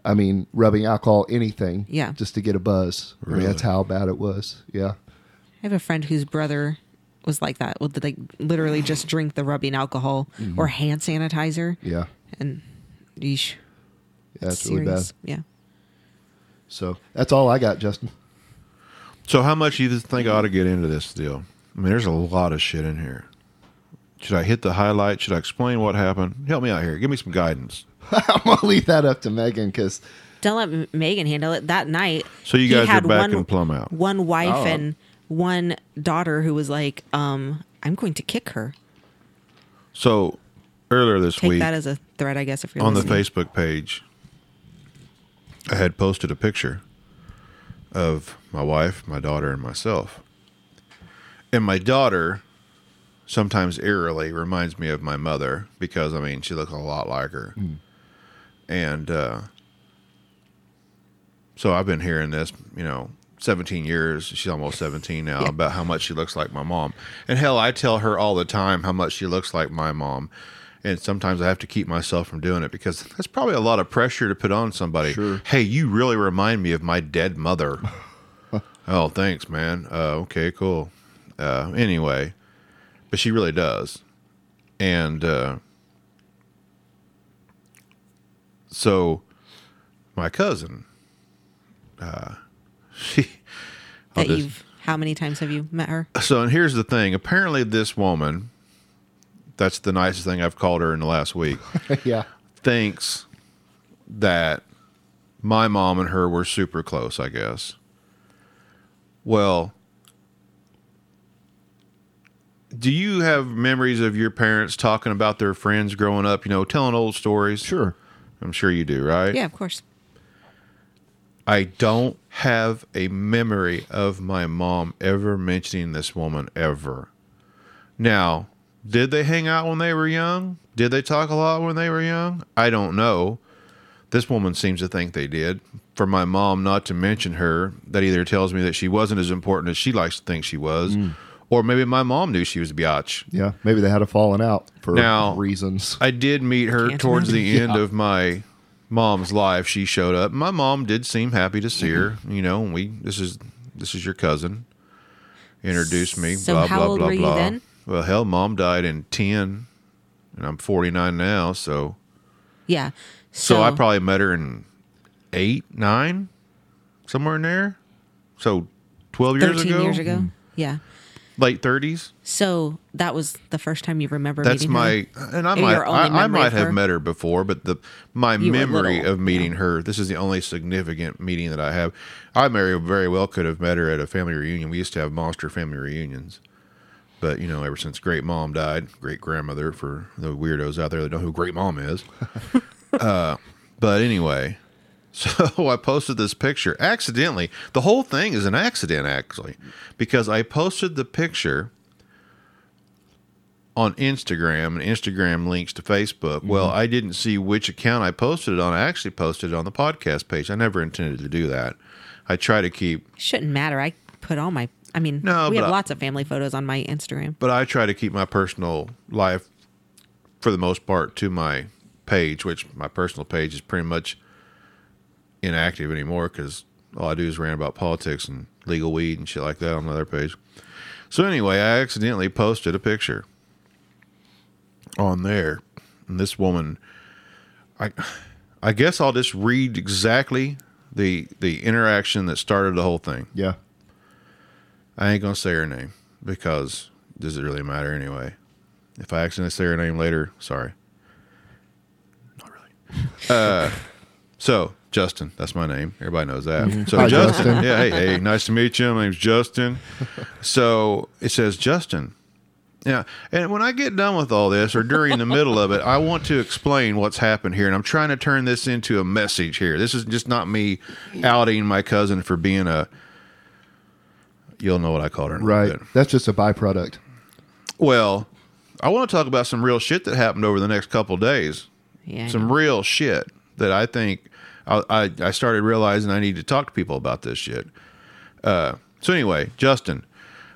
D: I mean, rubbing alcohol, anything,
C: Yeah.
D: just to get a buzz. I mean, that's how bad it was. Yeah,
C: I have a friend whose brother was like that. Would like literally just drink the rubbing alcohol or hand sanitizer,
D: yeah,
C: and yeesh,
D: yeah that's really bad.
C: serious. Yeah,
D: So that's all I got, Justin.
B: So how much do you think I ought to get into this deal? I mean, there's a lot of shit in here. Should I hit the highlight? Should I explain what happened? Help me out here. Give me some guidance.
D: I'm gonna leave that up to Megan because
C: don't let M- Megan handle it that night.
B: So you
C: he
B: guys
C: had
B: are back
C: one-
B: in plum out.
C: one wife
D: Oh.
C: and one daughter who was like, um, I'm going to kick her.
B: So earlier this
C: Take
B: week,
C: that as a threat, I guess, if you're
B: on the
C: listening.
B: Facebook page, I had posted a picture of my wife, my daughter, and myself. And my daughter sometimes eerily reminds me of my mother because, I mean, she looks a lot like her. And uh, so I've been hearing this, you know, 17 years. She's almost 17 now about how much she looks like my mom. And hell, I tell her all the time how much she looks like my mom. And sometimes I have to keep myself from doing it because that's probably a lot of pressure to put on somebody. Hey, you really remind me of my dead mother. oh, thanks, man. Uh, okay, cool. Uh, anyway, but she really does. And uh, so my cousin, uh, she. I'll
C: that
B: just-
C: you've how many times have you met her?
B: so, and here's the thing. Apparently, this woman, that's the nicest thing I've called her in the last week,
D: yeah,
B: thinks that my mom and her were super close, I guess. Well, do you have memories of your parents talking about their friends growing up, you know, telling old stories?
D: sure.
B: I'm sure you do, right?
C: Yeah, of course.
B: I don't have a memory of my mom ever mentioning this woman ever. Now, did they hang out when they were young? Did they talk a lot when they were young? I don't know. This woman seems to think they did. For my mom not to mention her, that either tells me that she wasn't as important as she likes to think she was, Or maybe my mom knew she was a biatch.
D: Yeah, maybe they had a falling out for
B: Now-
D: reasons.
B: I did meet her
C: Can't
B: towards the
D: imagine.
B: end
D: Yeah.
B: of my mom's life. She showed up. My mom did seem happy to see her.
C: Mm-hmm.
B: You know, and we this is this is your cousin. Introduced me.
C: So
B: blah
C: how
B: blah
C: old
B: blah
C: were you
B: blah.
C: then?
B: Well, hell, mom died in ten, and I'm 49 now. So
C: Yeah.
B: so, I probably met her in eight, nine, somewhere in there. So 12 years
C: 13
B: ago, Hmm.
C: years ago. Yeah.
B: late 30s.
C: So that was the first time you remember
B: That's
C: meeting her?
B: my and I
C: Or
B: might
C: your only
B: I, I
C: memory
B: might
C: of
B: have
C: her?
B: met her before, but the my
C: were
B: memory
C: little,
B: of meeting her. This is the only significant meeting that I have. I very very well could have met her at a family reunion. We used to have monster family reunions, but you know, ever since great mom died, great grandmother for the weirdos out there that know who great mom is. uh, but anyway, so I posted this picture accidentally. The whole thing is an accident, actually, because I posted the picture on Instagram, and Instagram links to Facebook. Well, I didn't see which account I posted it on. I actually posted it on the podcast page. I never intended to do that. I try to keep,
C: Shouldn't matter. I put all my. I mean,
B: No,
C: we
B: but
C: have
B: I-
C: lots of family photos on my Instagram.
B: but I try to keep my personal life, for the most part, to my page, which my personal page is pretty much inactive anymore because all I do is rant about politics and legal weed and shit like that on the other page. So anyway, I accidentally posted a picture on there, and this woman, I, I guess I'll just read exactly the the interaction that started the whole thing.
D: yeah.
B: I ain't gonna say her name because does it really matter anyway? If I accidentally say her name later, sorry. Not really. Uh, so Justin, that's my name. Everybody knows that. So
D: Hi,
B: Justin,
D: Justin.
B: yeah, hey, hey, nice to meet you. My name's Justin. So it says Justin. Yeah, and when I get done with all this, or during the middle of it, I want to explain what's happened here, and I'm trying to turn this into a message here. This is just not me outing my cousin for being a. You'll know what I called her, in a
D: Right.
B: bit.
D: That's just a byproduct.
B: Well, I want to talk about some real shit that happened over the next couple days.
C: Yeah. I know.
B: Some real shit that I think I, I, I started realizing I need to talk to people about this shit. Uh, so, anyway, Justin,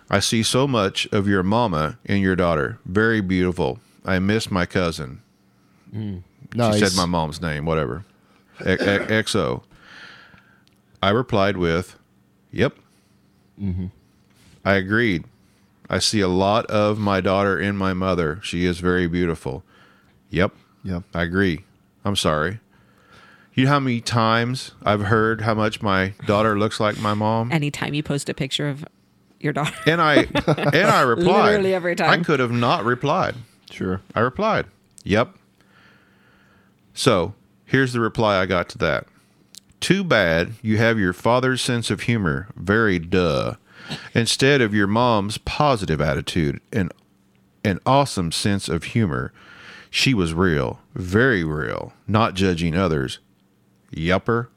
B: I see so much of your mama and your daughter. Very beautiful. I miss my cousin.
D: Nice.
B: She said my mom's name, whatever. E- e- XO. I replied with, Yep. I agreed. I see a lot of my daughter in my mother. She is very beautiful. Yep.
D: Yeah.
B: I agree. I'm sorry. You know how many times I've heard how much my daughter looks like my mom?
C: Anytime you post a picture of your daughter.
B: And I and I replied.
C: Literally every time.
B: I could have not replied.
D: Sure.
B: I replied, Yep. So here's the reply I got to that. Too bad you have your father's sense of humor, very duh, instead of your mom's positive attitude and an awesome sense of humor. She was real, very real, not judging others. Yupper.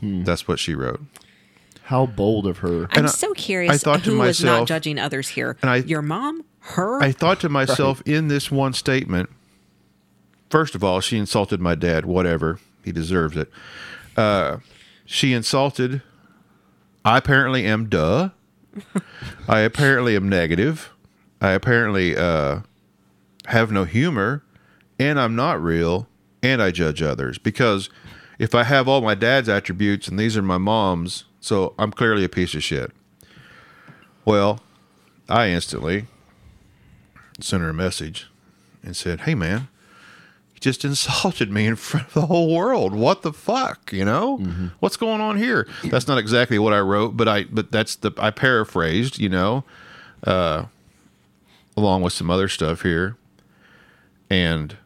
B: That's what she wrote.
D: How bold of her.
C: I'm
B: I-
C: so curious
B: I thought to
C: who was
B: myself-
C: not judging others here.
B: and I-
C: your mom, her,
B: I thought to myself in this one statement, first of all, she insulted my dad, whatever. He deserves it. Uh, she insulted. I apparently am duh. I apparently am negative. I apparently uh, have no humor. And I'm not real. And I judge others. Because if I have all my dad's attributes and these are my mom's, so I'm clearly a piece of shit. Well, I instantly sent her a message and said, "Hey, man, you just insulted me in front of the whole world. What the fuck? You know what's going on here?" That's not exactly what I wrote, but I but that's the I paraphrased. You know, uh, along with some other stuff here, and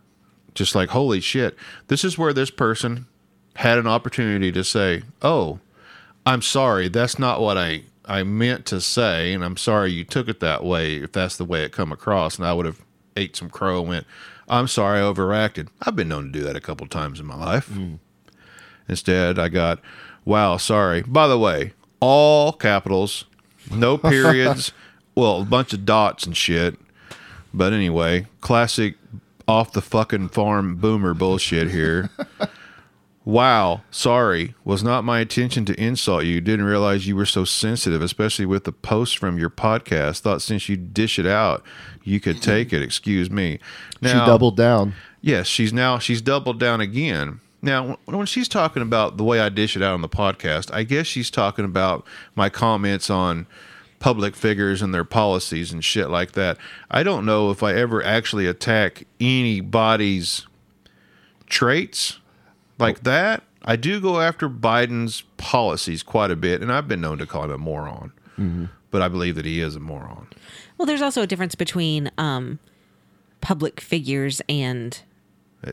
B: just like holy shit, this is where this person had an opportunity to say, "Oh, I'm sorry, that's not what I I meant to say, and I'm sorry you took it that way. If that's the way it come across, and I would have ate some crow and went, I'm sorry, I overacted. I've been known to do that a couple times in my life. Instead, I got, wow, sorry. By the way, all capitals, no periods, well, a bunch of dots and shit. But anyway, classic off the fucking farm boomer bullshit here. Wow, sorry. Was not my intention to insult you. Didn't realize you were so sensitive, especially with the posts from your podcast. Thought since you dish it out, you could take it. Excuse me.
D: she doubled down.
B: Yes, she's now she's doubled down again. Now, when when she's talking about the way I dish it out on the podcast, I guess she's talking about my comments on public figures and their policies and shit like that. I don't know if I ever actually attack anybody's traits like that. I do go after Biden's policies quite a bit, and I've been known to call him a moron. But I believe that he is a moron.
C: Well, there's also a difference between um, public figures and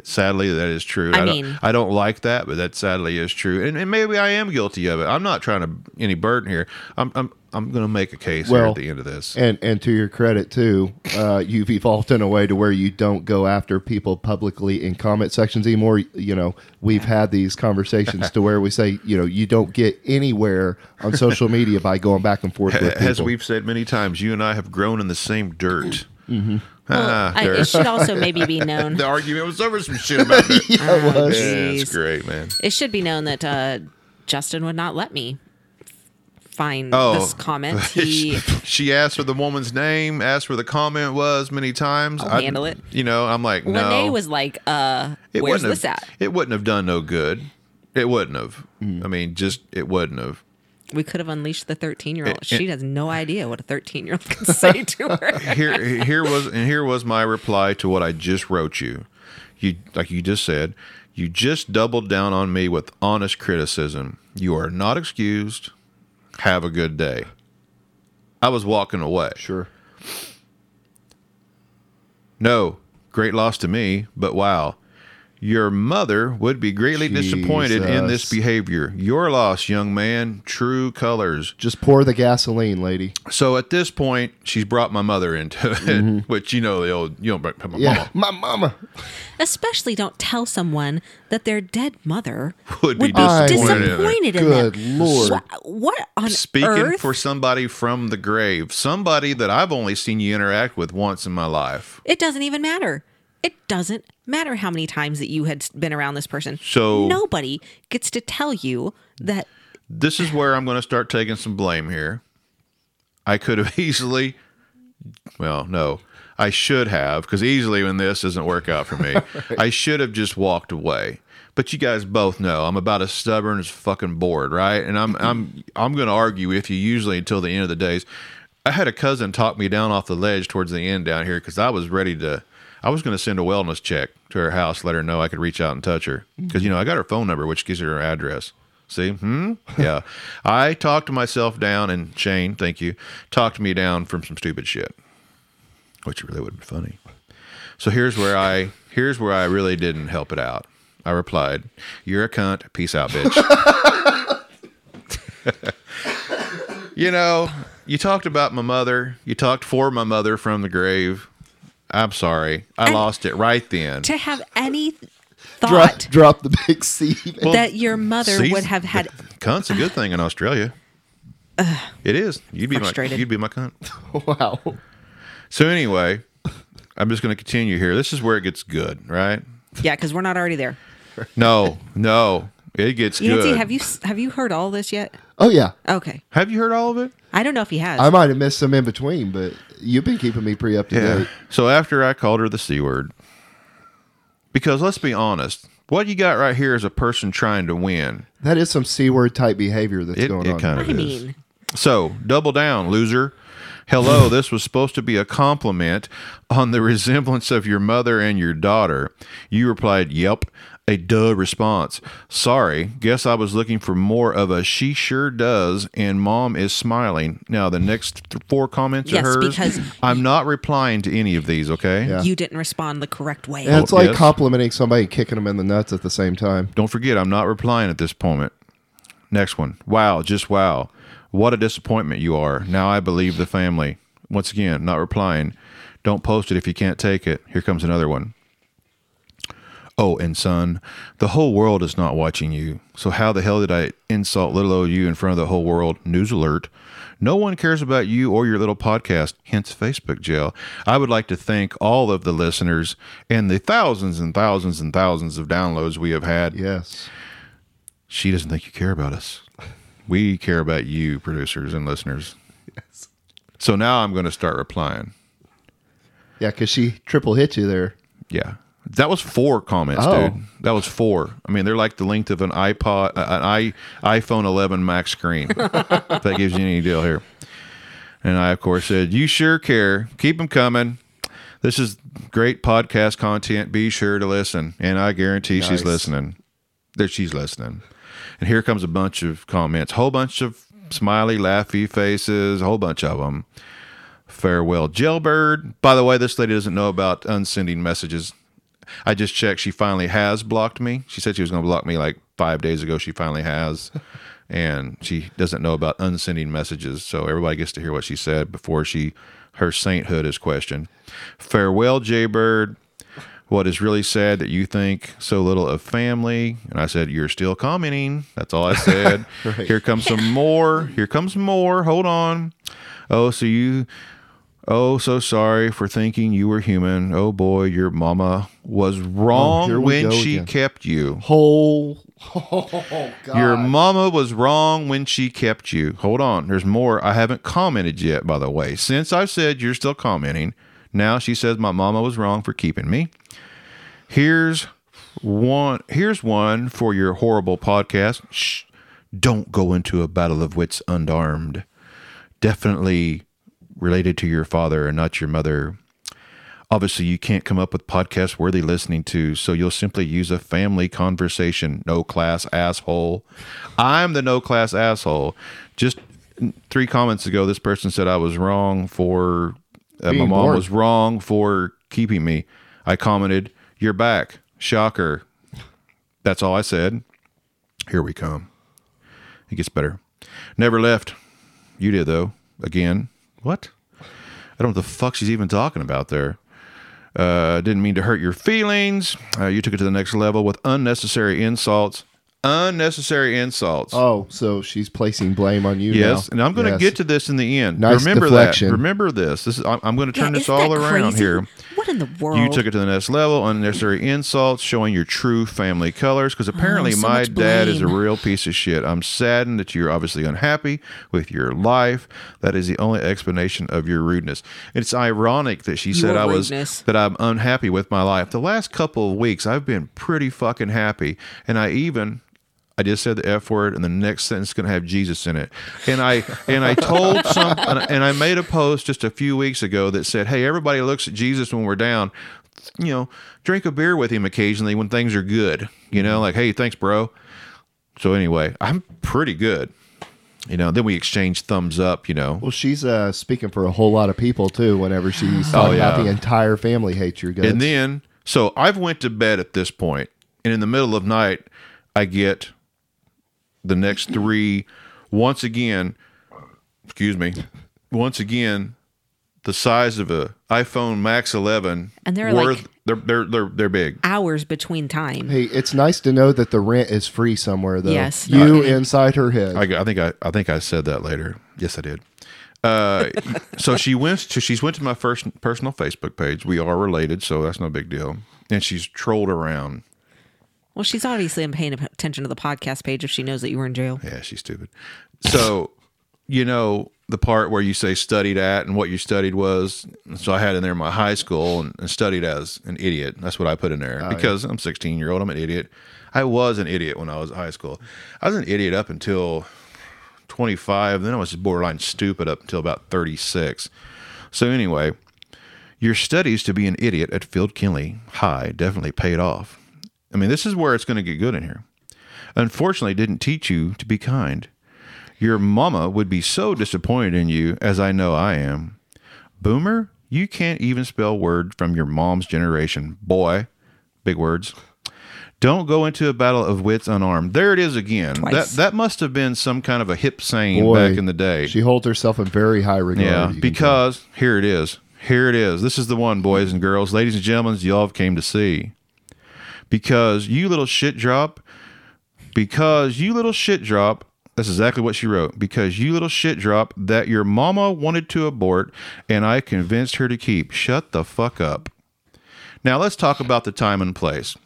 B: Sadly, that is true.
C: I
B: I,
C: mean-
B: don't, I don't like that, but that sadly is true. And, and maybe I am guilty of it. I'm not trying to any burden here. I'm I'm I'm going to make a case here
D: Well,
B: at the end of this.
D: And and to your credit too, uh, you've evolved in a way to where you don't go after people publicly in comment sections anymore. You know, we've had these conversations to where we say, you know, you don't get anywhere on social media by going back and forth with people.
B: As we've said many times, you and I have grown in the same dirt.
D: Mm-hmm.
B: Ah,
C: I, it
B: dirt.
C: should also maybe be known.
B: the argument was over some shit about that. yeah,
C: Oh,
B: that's
C: jeez.
B: great, man.
C: It should be known that uh, Justin would not let me find
B: Oh.
C: this comment. He
B: she asked for the woman's name, asked where the comment was many times.
C: I'll handle it.
B: You know, I'm like, no.
C: Renee was like, uh,
B: it
C: "Where's
B: wouldn't
C: this
B: have,
C: at?"
B: It wouldn't have done no good. It wouldn't have. I mean, just it wouldn't have.
C: We could have unleashed the thirteen-year-old.
B: It-
C: She has no idea what a thirteen-year-old can say to her.
B: Here, here was, and here was my reply to what I just wrote you. You, like you just said, you just doubled down on me with honest criticism. You are not excused. Have a good day. I was walking away.
D: sure.
B: No, great loss to me, but wow. Your mother would be greatly disappointed in this
D: Jesus.
B: behavior. Your loss, young man, true colors.
D: Just pour the gasoline, lady.
B: So at this point, she's brought my mother into it, which you know the old you don't bring my
D: Yeah,
B: mom
D: my mama.
C: Especially, don't tell someone that their dead mother
B: would be
D: I-
B: disappointed. in her.
C: disappointed in
D: Good
C: them.
D: lord.
C: Wha- What on
B: Speaking
C: earth?
B: for somebody from the grave, somebody that I've only seen you interact with once in my life.
C: It doesn't even matter. It doesn't matter how many times that you had been around this person.
B: So-
C: nobody gets to tell you that
B: This is where I'm going to start taking some blame here. I could have easily, well, no, I should have, because easily when this doesn't work out for me, I should have just walked away. But you guys both know I'm about as stubborn as fucking bored, right? And I'm I'm I'm going to argue with you usually until the end of the days. I had a cousin talk me down off the ledge towards the end down here because I was ready to. I was going to send a wellness check to her house, let her know I could reach out and touch her because you know I got her phone number, which gives her her address. See, hmm, yeah. I talked myself down, and Shane, thank you, talked me down from some stupid shit, which really would be funny. So here's where I here's where I really didn't help it out. I replied, "You're a cunt. Peace out, bitch." you know, you talked about my mother. You talked for my mother from the grave. I'm sorry, I
C: And-
B: lost it right then.
C: to have any
D: Drop,
C: thought
D: drop the big C. man.
C: that your mother
B: Season-
C: would have had
B: Cunt's a good thing in Australia. it is. You'd be
C: Frustrated.
B: my you'd be my cunt.
D: wow.
B: So anyway, I'm just going to continue here. This is where it gets good, right?
C: yeah because we're not already there
B: No, no, it gets
C: Yancy,
B: good.
C: have you have you heard all this yet
D: Oh yeah.
C: okay
B: Have you heard all of it?
C: i don't know if he has
D: I might have missed some in between, but you've been keeping me pretty up to date.
B: So after I called her the c word, because let's be honest, what you got right here is a person trying to win.
D: That is some C word type behavior that's
B: It,
D: going
B: it
D: on.
B: kind
C: I
B: of is.
C: mean
B: So, double down, loser. Hello, this was supposed to be a compliment on the resemblance of your mother and your daughter. You replied, Yep, a duh response. Sorry, guess I was looking for more of a she sure does, and mom is smiling. Now, the next th- four comments
C: Yes,
B: are hers.
C: because-
B: I'm not replying to any of these, okay?
D: Yeah.
C: you didn't respond the correct way
D: Yeah, it's like
B: yes.
D: complimenting somebody and kicking them in the nuts at the same time.
B: Don't forget, I'm not replying at this moment. Next one. Wow, just wow. What a disappointment you are. Now I believe the family. Once again, not replying. Don't post it if you can't take it. Here comes another one. Oh, and son, the whole world is not watching you. So how the hell did I insult little old you in front of the whole world? News alert. No one cares about you or your little podcast, hence Facebook jail. I would like to thank all of the listeners and the thousands and thousands and thousands of downloads we have had.
D: Yes.
B: she doesn't think you care about us. We care about you, producers and listeners. So now I'm going to start replying.
D: Yeah, because she triple hit you there.
B: Yeah. That was four comments,
D: Oh.
B: dude. That was four. I mean, they're like the length of an iPod, uh, an i iPhone 11 Max screen. if that gives you any deal here. And I, of course, said, "You sure care. Keep them coming. This is great podcast content. Be sure to listen." And I guarantee she's
D: Nice.
B: listening. That she's listening. And here comes a bunch of comments, whole bunch of smiley, laughy faces, a whole bunch of them. Farewell, jailbird. By the way, this lady doesn't know about unsending messages. I just checked. She finally has blocked me. She said she was going to block me like five days ago. She finally has. And she doesn't know about unsending messages. So everybody gets to hear what she said before she her sainthood is questioned. Farewell, Jaybird. What is really sad that you think so little of family? And I said, You're still commenting. That's all I said. Here comes some more. Here comes more. Hold on. Oh, so you Oh, so sorry for thinking you were human. Oh boy, your mama was wrong
D: Oh, here we
B: when
D: go
B: she
D: again.
B: kept you.
D: Whole. Oh, God.
B: Your mama was wrong when she kept you. Hold on, there's more. I haven't commented yet, by the way. Since I've said you're still commenting, now she says my mama was wrong for keeping me. Here's one. Here's one for your horrible podcast. Shh, don't go into a battle of wits unarmed. Definitely related to your father and not your mother. Obviously, you can't come up with podcasts worthy listening to, so you'll simply use a family conversation. No class asshole. I'm the no class asshole. Just three comments ago, this person said I was wrong for, uh, my
D: Being
B: mom
D: born.
B: was wrong for keeping me. I commented, You're back. Shocker. That's all I said. Here we come. It gets better. Never left. You did, though. Again. What? I don't know what the fuck she's even talking about there. Uh, didn't mean to hurt your feelings. Uh, you took it to the next level with unnecessary insults. Unnecessary insults.
D: Oh, so she's placing blame on you
B: yes,
D: now.
B: and I'm going to
D: Yes.
B: get to this in the end.
D: Nice
B: Remember
D: deflection.
B: that. Remember this. This is. I'm, I'm going to turn
C: Yeah,
B: this
C: isn't
B: all
C: that
B: around
C: crazy?
B: here.
C: What in the world?
B: You took it to the next level, unnecessary insults, showing your true family colors. Because apparently,
C: Oh, so
B: my
C: much
B: dad is a
C: blame.
B: real piece of shit. I'm saddened that you're obviously unhappy with your life. That is the only explanation of your rudeness. It's ironic that she said
C: Your
B: I was
C: rudeness.
B: that I'm unhappy with my life. The last couple of weeks, I've been pretty fucking happy, and I even. I just said the F word, and the next sentence is going to have Jesus in it. And I and I told some, and I- and I made a post just a few weeks ago that said, "Hey, everybody looks at Jesus when we're down. You know, drink a beer with him occasionally when things are good. You
C: Mm-hmm.
B: know, like, hey, thanks, bro. So anyway, I'm pretty good. You know, then we exchange thumbs up. You know,
D: Well, she's uh, speaking for a whole lot of people, too, whenever she's talking
B: Oh, yeah.
D: about the entire family hates your guts.
B: And then, so I've went to bed at this point, and in the middle of night, I get the next three. Once again, excuse me. Once again, the size of a iPhone Max 11,
C: And they're like-
B: they're they're they're they're big.
C: hours between time.
D: Hey, it's nice to know that the rent is free somewhere, though.
C: Yes.
D: You inside her head.
B: I, I think I, I think I said that later. Yes, I did. Uh, so she went to she's went to my first personal Facebook page. We are related, so that's no big deal. And she's trolled around.
C: Well, she's obviously been paying attention to the podcast page if she knows that you were in jail.
B: Yeah, she's stupid. So, you know, the part where you say studied at and what you studied was. So I had in there my high school and, and studied as an idiot. That's what I put in there because I'm 16 year old. I'm an idiot. I was an idiot when I was in high school. I was an idiot up until 25. Then I was just borderline stupid up until about 36. So anyway, your studies to be an idiot at Field Kinley High definitely paid off. I mean, this is where it's going to get good in here unfortunately didn't teach you to be kind. Your mama would be so disappointed in you, as I know I am. Boomer, you can't even spell word from your mom's generation. Boy, big words. Don't go into a battle of wits unarmed. There it is again. That
C: Twice.
B: that must have been some kind of a hip saying
D: Boy,
B: back in the day.
D: She holds herself in very high regard. you
B: Yeah,
D: can tell.
B: because here it is. Here it is. This is the one, boys and girls, ladies and gentlemen, y'all have came to see. Because you little shit drop, because you little shit drop, that's exactly what she wrote. Because you little shit drop that your mama wanted to abort and I convinced her to keep. Shut the fuck up. Now let's talk about the time and place.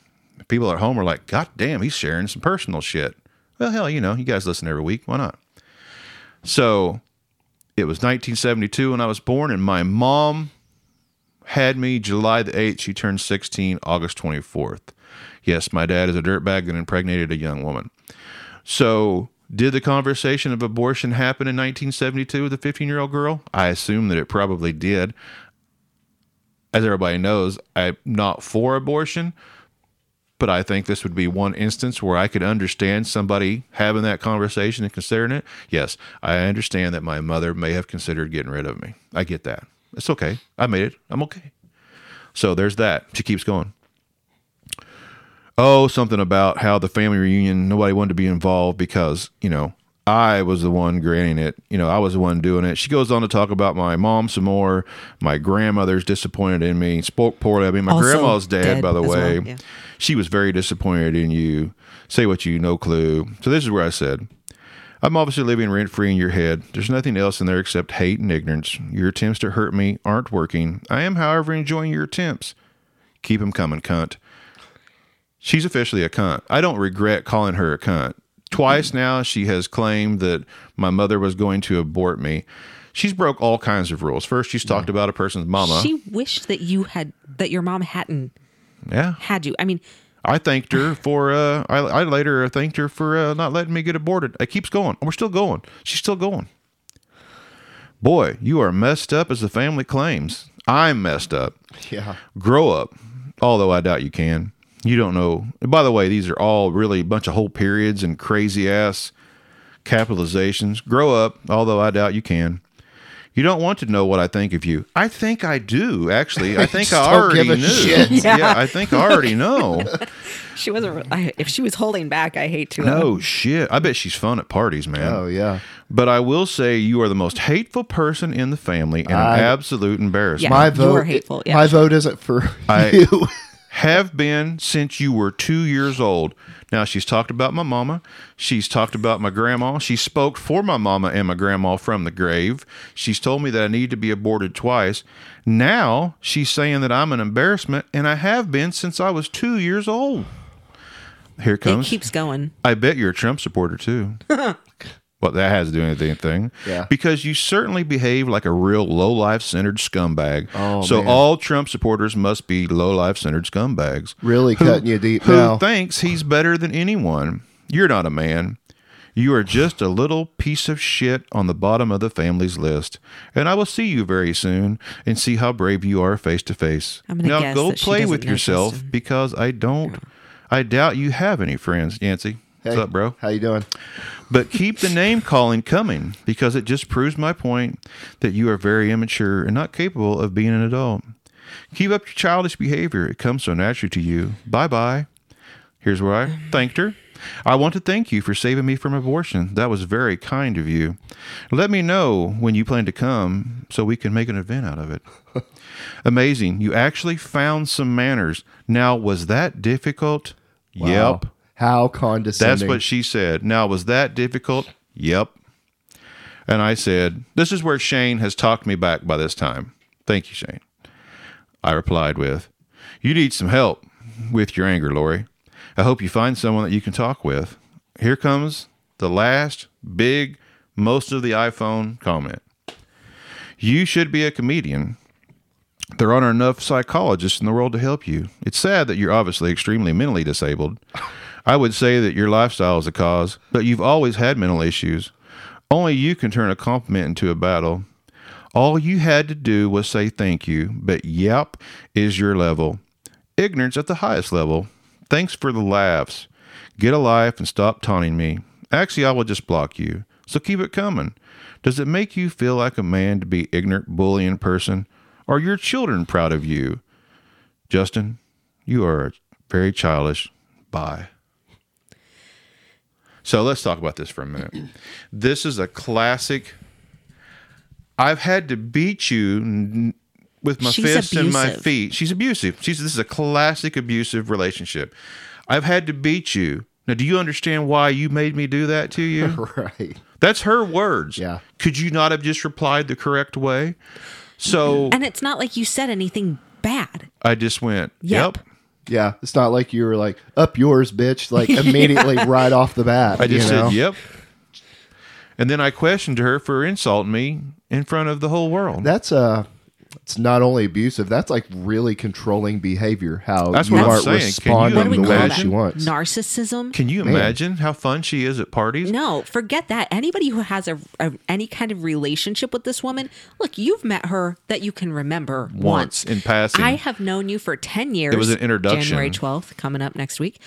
B: People at home are like, God damn, he's sharing some personal shit. Well, hell, you know, you guys listen every week. Why not? So it was 1972 when I was born, and my mom had me July the 8th. She turned 16 August 24th. Yes, my dad is a dirtbag that impregnated a young woman. So, did the conversation of abortion happen in 1972 with a 15 year old girl? I assume that it probably did. As everybody knows, I'm not for abortion, but I think this would be one instance where I could understand somebody having that conversation and considering it. Yes, I understand that my mother may have considered getting rid of me. I get that. It's okay. I made it. I'm okay. So there's that. She keeps going. Oh, something about how the family reunion, nobody wanted to be involved because, you know, I was the one granting it. You know, I was the one doing it. She goes on to talk about my mom some more. My grandmother's disappointed in me, spoke poorly. I mean, my
C: Also
B: grandma's dead,
C: dead
B: by the
C: as well,
B: way.
C: yeah.
B: She was very disappointed in you. Say what you, no clue. So this is where I said, I'm obviously living rent free in your head. There's nothing else in there except hate and ignorance. Your attempts to hurt me aren't working. I am, however, enjoying your attempts. Keep 'em coming, cunt. She's officially a cunt. I don't regret calling her a cunt. Twice now, she has claimed that my mother was going to abort me. She's broke all kinds of rules. First, she's talked about a person's mama.
C: She wished that you had that your mom hadn't
B: yeah.
C: had you. I mean,
B: I thanked her for. Uh, I, I later thanked her for uh, not letting me get aborted. It keeps going. We're still going. She's still going. Boy, you are messed up as the family claims. I'm messed up.
D: Yeah.
B: Grow up. Although I doubt you can. You don't know. By the way, these are all really a bunch of whole periods and crazy ass capitalizations. Grow up. Although I doubt you can. You don't want to know what I think of you. I think I do, actually. I think
D: Just
B: I
D: don't
B: already
D: give a
B: knew.
D: shit.
B: yeah, I think I already know.
C: she wasn't. re- I, if she was holding back, I hate to. uh,
B: No shit. I bet she's fun at parties, man.
D: Oh yeah.
B: But I will say you are the most hateful person in the family and
D: I-
B: an absolute embarrassment.
C: Yeah,
D: My
C: you
D: vote.
C: were hateful, yeah.
D: My vote isn't for
B: I-
D: you.
B: Have been since you were two years old. Now she's talked about my mama. She's talked about my grandma. She spoke for my mama and my grandma from the grave. She's told me that I need to be aborted twice. Now she's saying that I'm an embarrassment, and I have been since I was two years old. Here
C: it
B: comes
C: keeps going.
B: I bet you're a Trump supporter too. well, that has to do with anything.
D: Yeah.
B: Because you certainly behave like a real low life centered scumbag.
D: Oh,
B: so
D: man.
B: all Trump supporters must be low life centered scumbags.
D: Really cutting you deep
B: who
D: now.
B: thinks he's better than anyone? You're not a man. You are just a little piece of shit on the bottom of the family's list. And I will see you very soon and see how brave you are face to face.
C: I'm gonna
B: Now
C: guess
B: go
C: that she
B: play
C: doesn't
B: with
C: know
B: yourself
C: Justin.
B: because I don't I doubt you have any friends, Yancy.
D: Hey,
B: What's up, bro?
D: How you doing?
B: But keep the name calling coming because it just proves my point that you are very immature and not capable of being an adult. Keep up your childish behavior. It comes so naturally to you. Bye bye. Here's where I thanked her. I want to thank you for saving me from abortion. That was very kind of you. Let me know when you plan to come so we can make an event out of it. Amazing. You actually found some manners. Now, was that difficult?
D: Wow.
B: Yep.
D: How
B: That's
D: condescending.
B: what she said. Now, was that difficult? Yep. And I said, This is where Shane has talked me back by this time. Thank you, Shane. I replied with, You need some help with your anger, Lori. I hope you find someone that you can talk with. Here comes the last big, most of the iPhone comment. You should be a comedian. There aren't enough psychologists in the world to help you. It's sad that you're obviously extremely mentally disabled. I would say that your lifestyle is the cause, but you've always had mental issues. Only you can turn a compliment into a battle. All you had to do was say thank you, but yep is your level. Ignorance at the highest level. Thanks for the laughs. Get a life and stop taunting me. Actually, I will just block you. So keep it coming. Does it make you feel like a man to be ignorant, bullying person? Are your children proud of you? Justin, you are very childish. Bye. So let's talk about this for a minute. This is a classic. I've had to beat you n- with my
C: She's
B: fists and my
C: abusive.
B: feet. She's abusive. She's this is a classic abusive relationship. I've had to beat you. Now, do you understand why you made me do that to you?
D: right.
B: That's her words.
D: Yeah.
B: Could you not have just replied the correct way? So
C: And it's not like you said anything bad.
B: I just went,
C: Yep.
B: yep.
D: Yeah, it's not like you were like up yours, bitch, like immediately right off the bat.
B: I just
D: you know?
B: said, "Yep." And then I questioned her for insulting me in front of the whole world.
D: That's uh it's not only abusive, that's like really controlling behavior. How
B: That's
D: you
B: what I'm
D: aren't
B: saying. Can you
D: responding
C: What do we
D: the
C: call
D: way
C: that?
B: imagine?
D: she wants.
C: Narcissism?
B: Can you imagine how fun she is at parties?
C: No, forget that. Anybody who has a, a any kind of relationship with this woman, look, you've met her that you can remember
B: Once,
C: once,
B: in passing.
C: I have known you for ten years.
B: was an introduction.
C: January twelfth coming up next week.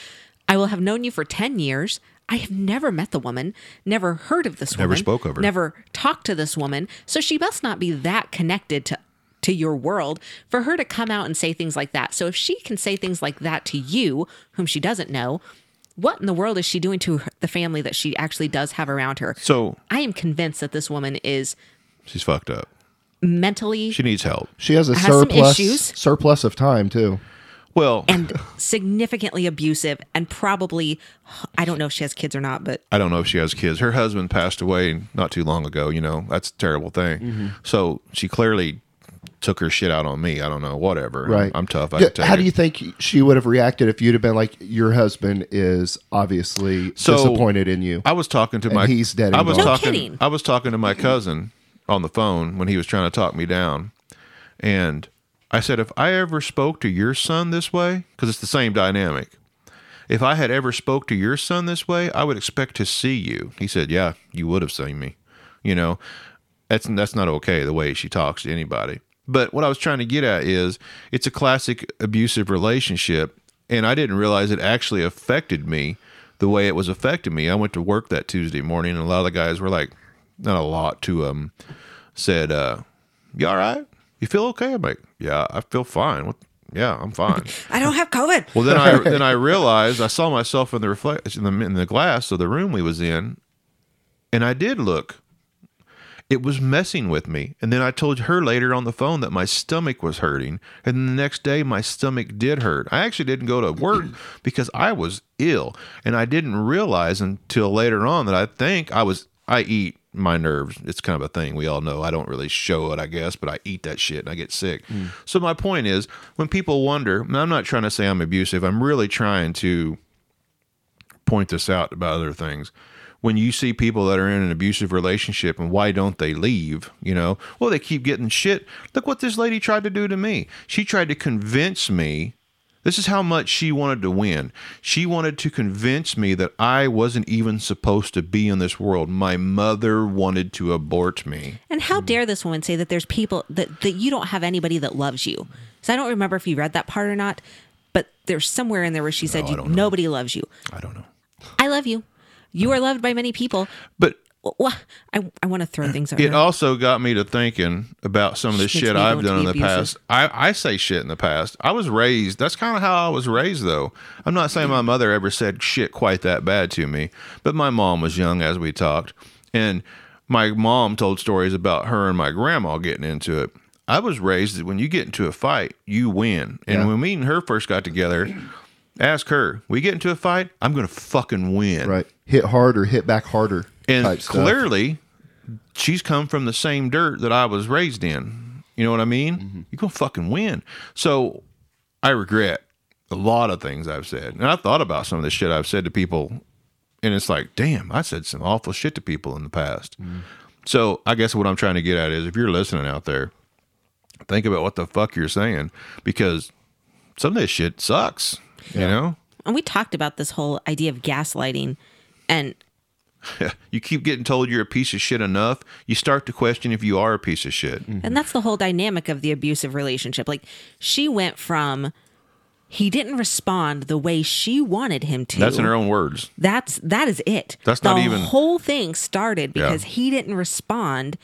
C: I will have known you for ten years. I have never met the woman, never heard of this
B: Never
C: woman,
B: spoke of her.
C: never talked to this woman. So she must not be that connected to to your world for her to come out and say things like that. So if she can say things like that to you, whom she doesn't know, what in the world is she doing to her, the family that she actually does have around her?
B: So
C: I am convinced that this woman is
B: she's fucked up.
C: mentally
B: She needs help.
D: She has a
C: Has some
D: surplus
C: issues.
D: surplus of time too.
B: Well,
C: and significantly abusive and probably I don't know if she has kids or not, but
B: I don't know if she has kids. Her husband passed away not too long ago. You know, that's a terrible thing.
D: Mm-hmm.
B: So she clearly took her shit out on me. I don't know, whatever.
D: Right.
B: I'm tough. I
D: Yeah,
B: can take
D: How
B: it.
D: do you think she would have reacted if you'd have been like, your husband is obviously
B: So-
D: disappointed in you?
B: I was talking to my
D: he's dead
B: I was
D: involved. No
B: talking
C: kidding.
B: I was talking to my cousin on the phone when he was trying to talk me down. And I said if I ever spoke to your son this way cuz it's the same dynamic. If I had ever spoke to your son this way, I would expect to see you. He said, "Yeah, you would have seen me." You know, that's that's not okay the way she talks to anybody. But what I was trying to get at is it's a classic abusive relationship and I didn't realize it actually affected me the way it was affecting me. I went to work that Tuesday morning and a lot of the guys were like not a lot to um said uh you all right? You feel okay? I'm like, yeah, I feel fine. What yeah, I'm fine.
C: I don't have COVID.
B: Well, then I then I realized I saw myself in the reflect in the in the glass of the room we was in, and I did look. It was messing with me, and then I told her later on the phone that my stomach was hurting, and then the next day my stomach did hurt. I actually didn't go to work because I was ill, and I didn't realize until later on that I think I was I eat my nerves. It's kind of a thing we all know. I don't really show it, I guess, but I eat that shit and I get sick. So my point is, when people wonder, and I'm not trying to say I'm abusive. I'm really trying to point this out about other things. When you see people that are in an abusive relationship and why don't they leave? You know, well, they keep getting shit. Look what this lady tried to do to me. She tried to convince me. This is how much she wanted to win. She wanted to convince me that I wasn't even supposed to be in this world. My mother wanted to abort me.
C: And how dare this woman say that there's people that, that you don't have anybody that loves you? Because I don't remember if you read that part or not, but there's somewhere in there where she said you, nobody loves you.
B: I don't know.
C: I love you. You are loved by many people.
B: But
C: Wha- I, I want to throw things at
B: It
C: her.
B: also got me to thinking about some of the
C: Makes
B: shit
C: me
B: I've
C: want to
B: done in the
C: be
B: past.
C: abusive.
B: I, I say shit in the past. I was raised, that's kind of how I was raised, though. I'm not saying my mother ever said shit quite that bad to me, but my mom was young as we talked. And my mom told stories about her and my grandma getting into it. I was raised that when you get into a fight, you win. And
D: Yeah.
B: when me and her first got together, ask her, we get into a fight, I'm going to fucking win.
D: right. Hit hard or hit back harder.
B: And
D: type stuff.
B: clearly, she's come from the same dirt that I was raised in. You know what I mean?
D: Mm-hmm.
B: You're going to fucking win. So I regret a lot of things I've said. And I thought about some of the shit I've said to people. And it's like, damn, I said some awful shit to people in the past.
D: Mm-hmm.
B: So I guess what I'm trying to get at is if you're listening out there, think about what the fuck you're saying because some of this shit sucks. You know?
C: and we talked about this whole idea of gaslighting and
B: you keep getting told you're a piece of shit enough, you start to question if you are a piece of shit.
C: and that's the whole dynamic of the abusive relationship. Like she went from he didn't respond the way she wanted him to.
B: That's in her own words.
C: That's that is it.
B: That's
C: the
B: not even-
C: whole thing started because he didn't respond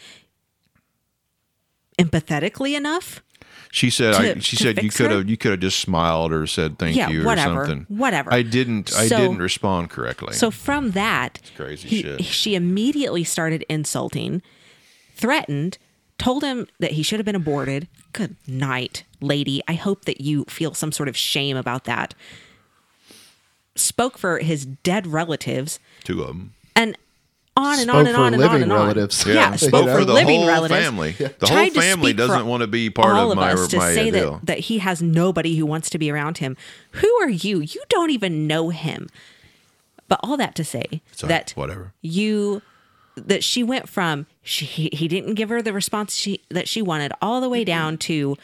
C: empathetically enough.
B: She said I,
C: To-
B: she
C: to
B: said you
C: fix
B: could
C: her?
B: have you could have just smiled or said thank
C: Yeah,
B: you or
C: whatever,
B: something.
C: whatever.
B: I didn't I
C: So-
B: didn't respond correctly.
C: So from that,
B: crazy
C: he-
B: shit.
C: she immediately started insulting, threatened, told him that he should have been aborted. Good night, lady. I hope that you feel some sort of shame about that. Spoke for his dead relatives
B: Two of them.
C: and on and
D: Spoke
C: on and
D: for
C: on and on
D: living
C: and on.
D: relatives.
C: Yeah,
D: Yeah.
C: spoke
D: You know?
C: for
B: the
C: living
B: whole
C: relatives.
B: family. The
C: Tried
B: whole
C: to speak
B: family
C: for
B: doesn't want to be part of
C: all of
B: my
C: us to
B: my
C: say
B: deal.
C: that that he has nobody who wants to be around him. Who are you? You don't even know him. But all that to say
B: Sorry,
C: that
B: whatever.
C: you that she went from she he, he didn't give her the response she that she wanted all the way down to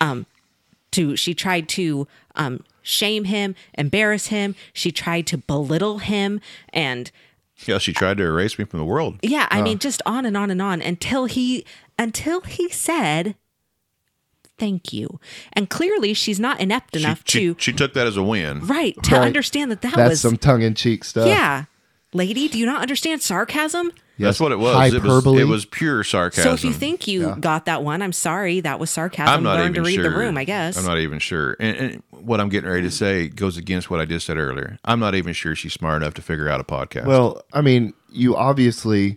C: um to she tried to um shame him, embarrass him, she tried to belittle him and
B: Yeah, she tried to erase me from the world.
C: yeah, I mean, just on and on and on until he until he said thank you. And clearly, she's not inept
B: She,
C: enough
B: she,
C: to
B: she took that as a win.
C: right to
D: Right.
C: understand that that
D: That's
C: was
D: some tongue in cheek
B: uh,
D: stuff.
C: yeah, lady. Do you not understand sarcasm?
B: That's what it was.
D: Hyperbole.
B: It was it was pure sarcasm.
C: So if you think you got that one, I'm sorry, that was sarcasm.
B: I'm not
C: Learn
B: even
C: to read
B: sure.
C: the room, I guess.
B: I'm not even sure. And, and what I'm getting ready to say goes against what I just said earlier. I'm not even sure she's smart enough to figure out a podcast.
D: Well, I mean, you obviously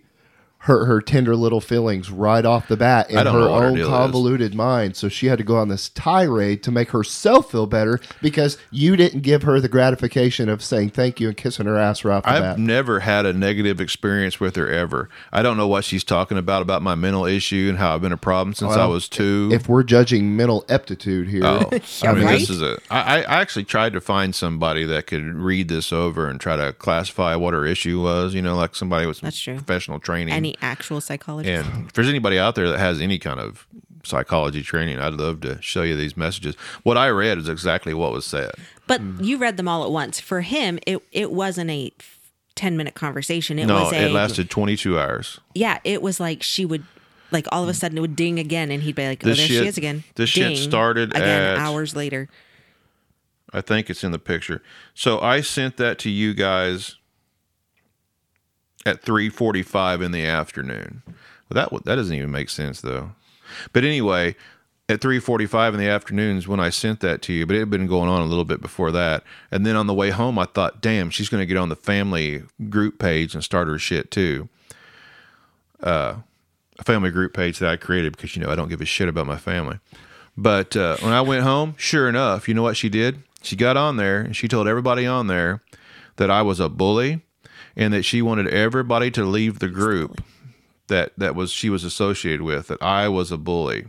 D: hurt her tender little feelings right off the bat in
B: I don't
D: her
B: know what her
D: own
B: deal is.
D: convoluted mind. So she had to go on this tirade to make herself feel better because you didn't give her the gratification of saying thank you and kissing her ass right off the
B: I've
D: bat.
B: never had a negative experience with her ever. I don't know what she's talking about about my mental issue and how I've been a problem since I was two.
D: If we're judging mental aptitude here,
B: Oh, I mean,
C: right?
B: this is a. I, I actually tried to find somebody that could read this over and try to classify what her issue was. You know, like somebody with some
C: That's true.
B: professional training.
C: Any actual psychologist?
B: and if there's anybody out there that has any kind of psychology training, I'd love to show you these messages. What I read is exactly what was said.
C: But
B: Hmm.
C: you read them all at once. For him, it it wasn't a ten minute conversation. It
B: no,
C: was a
B: it lasted 22 hours.
C: yeah, it was like she would, like all of a sudden it would ding again, and he'd be like, "Oh,
B: This
C: there she
B: shit-
C: is again."
B: this shit
C: Ding
B: started
C: again
B: at-
C: hours later.
B: I think it's in the picture. So I sent that to you guys at 3:45 in the afternoon. Well, that wa- that doesn't even make sense though. But anyway, at 3:45 in the afternoon is when I sent that to you, but it had been going on a little bit before that. And then on the way home I thought, "Damn, she's going to get on the family group page and start her shit too." Uh a family group page that I created because you know I don't give a shit about my family. But uh, when I went home, sure enough, you know what she did? She got on there and she told everybody on there that I was a bully and that she wanted everybody to leave the group that that was she was associated with that I was a bully.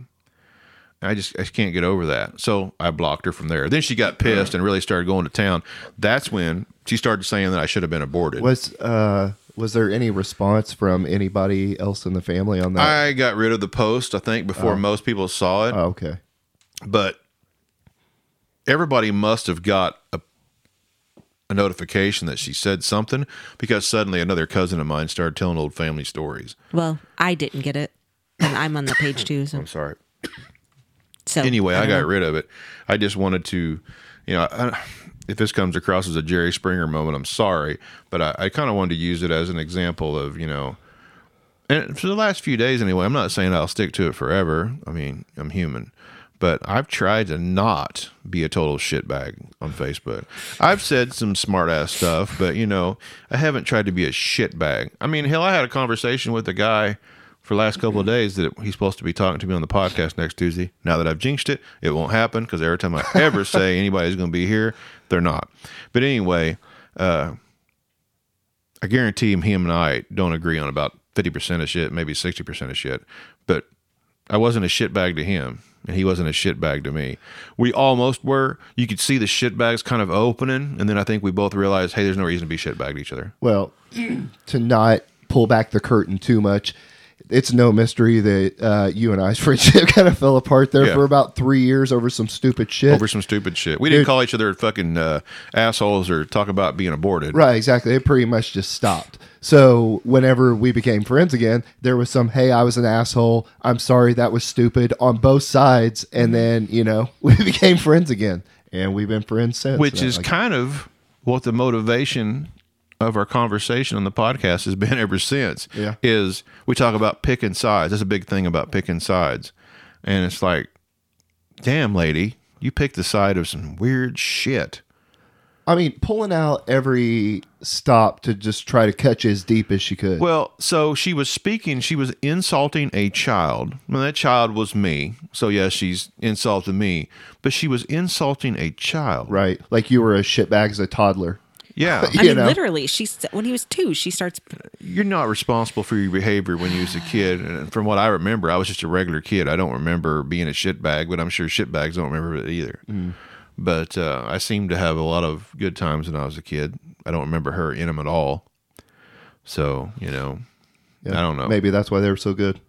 B: I just I just can't get over that. So I blocked her from there. Then she got pissed and really started going to town. That's when she started saying that I should have been aborted.
D: was uh, was there any response from anybody else in the family on that?
B: I got rid of the post, I think, before most people saw it.
D: oh, okay.
B: but everybody must have got a, a notification that she said something because suddenly another cousin of mine started telling old family stories.
C: Well, I didn't get it, and I'm on the page too. So,
B: I'm sorry.
C: so
B: Anyway, I
C: don't
B: got
C: know.
B: rid of it. I just wanted to, you know, I, if this comes across as a Jerry Springer moment, I'm sorry, but I, I kind of wanted to use it as an example of, you know, and for the last few days anyway, I'm not saying I'll stick to it forever. I mean, I'm human. But I've tried to not be a total shitbag on Facebook. I've said some smart ass stuff, but you know, I haven't tried to be a shitbag. I mean, hell, I had a conversation with a guy for the last couple of days that he's supposed to be talking to me on the podcast next Tuesday. Now that I've jinxed it, it won't happen because every time I ever say anybody's going to be here, they're not. But anyway, I guarantee him, him and I don't agree on about 50% of shit, maybe 60% of shit. But I wasn't a shitbag to him, and he wasn't a shitbag to me. We almost were. You could see the shitbags kind of opening, and then I think we both realized, hey, there's no reason to be shitbag to each other.
D: well, to not pull back the curtain too much, it's no mystery that uh, you and I's friendship kind of fell apart there
B: Yeah.
D: for about three years over some stupid shit.
B: Over some stupid shit. We didn't call each other fucking uh, assholes or talk about being aborted.
D: right, exactly. It pretty much just stopped. So whenever we became friends again, there was some, hey, I was an asshole. I'm sorry, that was stupid on both sides.
B: Mm-hmm.
D: And then, you know, we became friends again. And we've been friends since.
B: Which
D: Uh,
B: is
D: like-
B: kind of what the motivation of our conversation on the podcast has been ever since.
D: Yeah.
B: Is we talk about picking sides. That's a big thing about picking sides. And it's like, damn lady, you picked the side of some weird shit.
D: I mean, pulling out every stop to just try to catch as deep as she could.
B: Well, so she was speaking, she was insulting a child. Well, that child was me. So yes, she's insulting me, but she was insulting a child.
D: right. Like you were a shitbag as a toddler.
B: Yeah.
C: I
D: you
C: mean,
D: know.
C: literally, she s- when he was two, she starts
B: you're not responsible for your behavior when you was a kid. And from what I remember, I was just a regular kid. I don't remember being a shitbag, but I'm sure shitbags don't remember it either.
D: Mm.
B: But uh, I seem to have a lot of good times when I was a kid. I don't remember her in them at all. So you know,
D: Yeah.
B: I don't know.
D: Maybe that's why they were so good.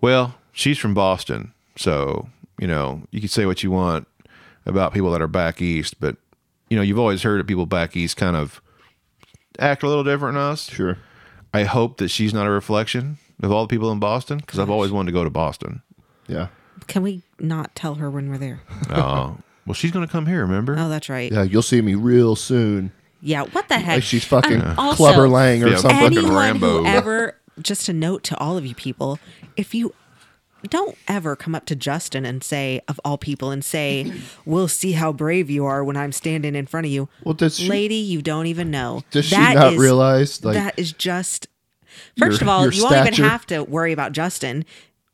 B: Well, she's from Boston, so you know you can say what you want about people that are back east, but you know you've always heard of people back east kind of act a little different than us.
D: Sure.
B: I hope that she's not a reflection of all the people in Boston because I've always wanted to go to Boston.
D: Yeah.
C: Can we not tell her when we're there?
B: Uh, well, she's going to come here. Remember?
C: Oh, that's right. Yeah.
D: Yeah. You'll see me real soon.
C: what the heck?
D: Like she's fucking
C: And also,
D: Clubber Lang or
B: Yeah,
D: something.
B: fucking
C: anyone
B: Rambo.
C: who ever just a note to all of you people if you don't ever come up to Justin and say of all people and say we'll see how brave you are when I'm standing in front of you
D: Well, does she-
C: lady you don't even know
D: Does she not
C: is-
D: realize, like-
C: that is just
D: Your-
C: first of all
D: your
C: you won't even
D: stature?
C: have to worry about Justin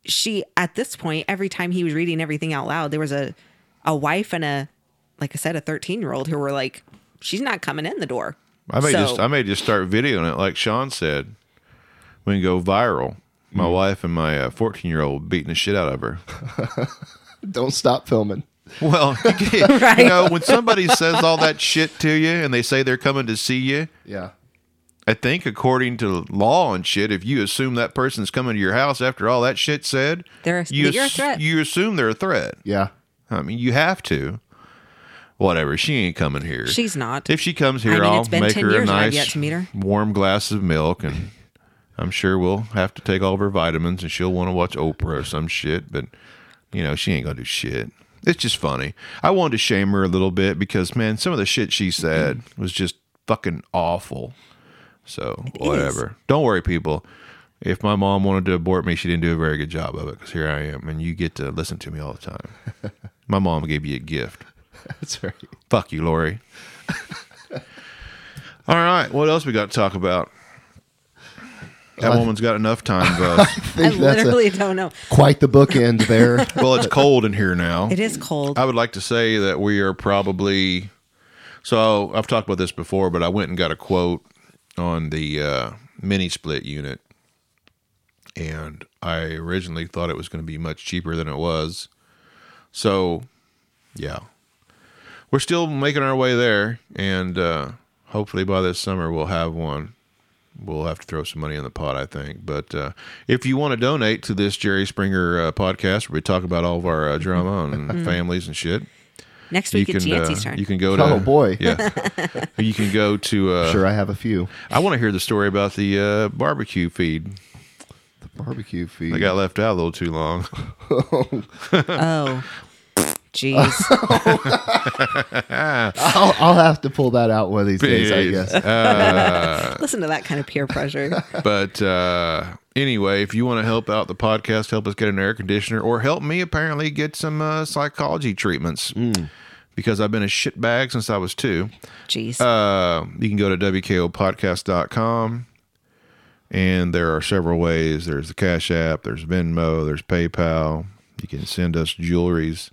C: she at this point every time he was reading everything out loud there was a a wife and a like I said a 13 year old who were like she's not coming in the door
B: I may
C: So-
B: just I may just start videoing it like Sean said. We can go viral. My wife and my fourteen year old beating the shit out of her.
D: Don't stop filming.
B: Well,
C: Right.
B: you know, when somebody says all that shit to you and they say they're coming to see you,
D: Yeah.
B: I think according to law and shit, if you assume that person's coming to your house after all that shit said,
C: They're a-
B: you
C: that you're a threat.
B: You assume they're a threat.
D: Yeah.
B: I mean, you have to. Whatever. She ain't coming here.
C: She's not.
B: If she comes here,
C: I mean,
B: will
C: it's been
B: make
C: 10
B: her a
C: years and I've
B: nice
C: yet to meet her.
B: warm glass of milk, and I'm sure we'll have to take all of her vitamins, and she'll want to watch Oprah or some shit. But you know, she ain't gonna do shit. It's just funny. I wanted to shame her a little bit because man, some of the shit she said was just fucking awful. So whatever. Don't worry, people. If my mom wanted to abort me, she didn't do a very good job of it because here I am, and you get to listen to me all the time. my mom gave you a gift.
D: That's right.
B: Fuck you, Lori. All right, what else we got to talk about? That woman's got enough time, Gus.
C: I
D: think that's a-
C: literally don't know.
D: Quite the bookend there.
B: well, it's cold in here now.
C: It is cold.
B: I would like to say that we are probably. So I've talked about this before, but I went and got a quote on the uh, mini split unit, and I originally thought it was going to be much cheaper than it was. So, yeah, we're still making our way there, and uh, hopefully by this summer we'll have one. We'll have to throw some money in the pot, I think. But uh, if you want to donate to this Jerry Springer uh, podcast, where we talk about all of our uh, drama
D: Mm-hmm.
B: and families and shit,
C: Next
B: you
C: week
B: can
C: it's Yancey's
B: uh,
C: turn.
B: you can go to
D: Oh, boy.
B: yeah, you can go to. Uh,
D: Sure, I have a few.
B: I want to hear the story about the uh, barbecue feed
D: The barbecue feed.
B: that got left out a little too long.
C: oh, jeez.
D: I'll, I'll have to pull that out one of these days, I guess.
C: Listen to that kind of peer pressure.
B: but uh, anyway, if you want to help out the podcast, help us get an air conditioner, or help me apparently get some uh, psychology treatments
D: Mm.
B: because I've been a shitbag since I was two.
C: Jeez.
B: Uh, you can go to WKOpodcast.com. And there are several ways. There's the Cash App, there's Venmo, there's PayPal. You can send us jewelries,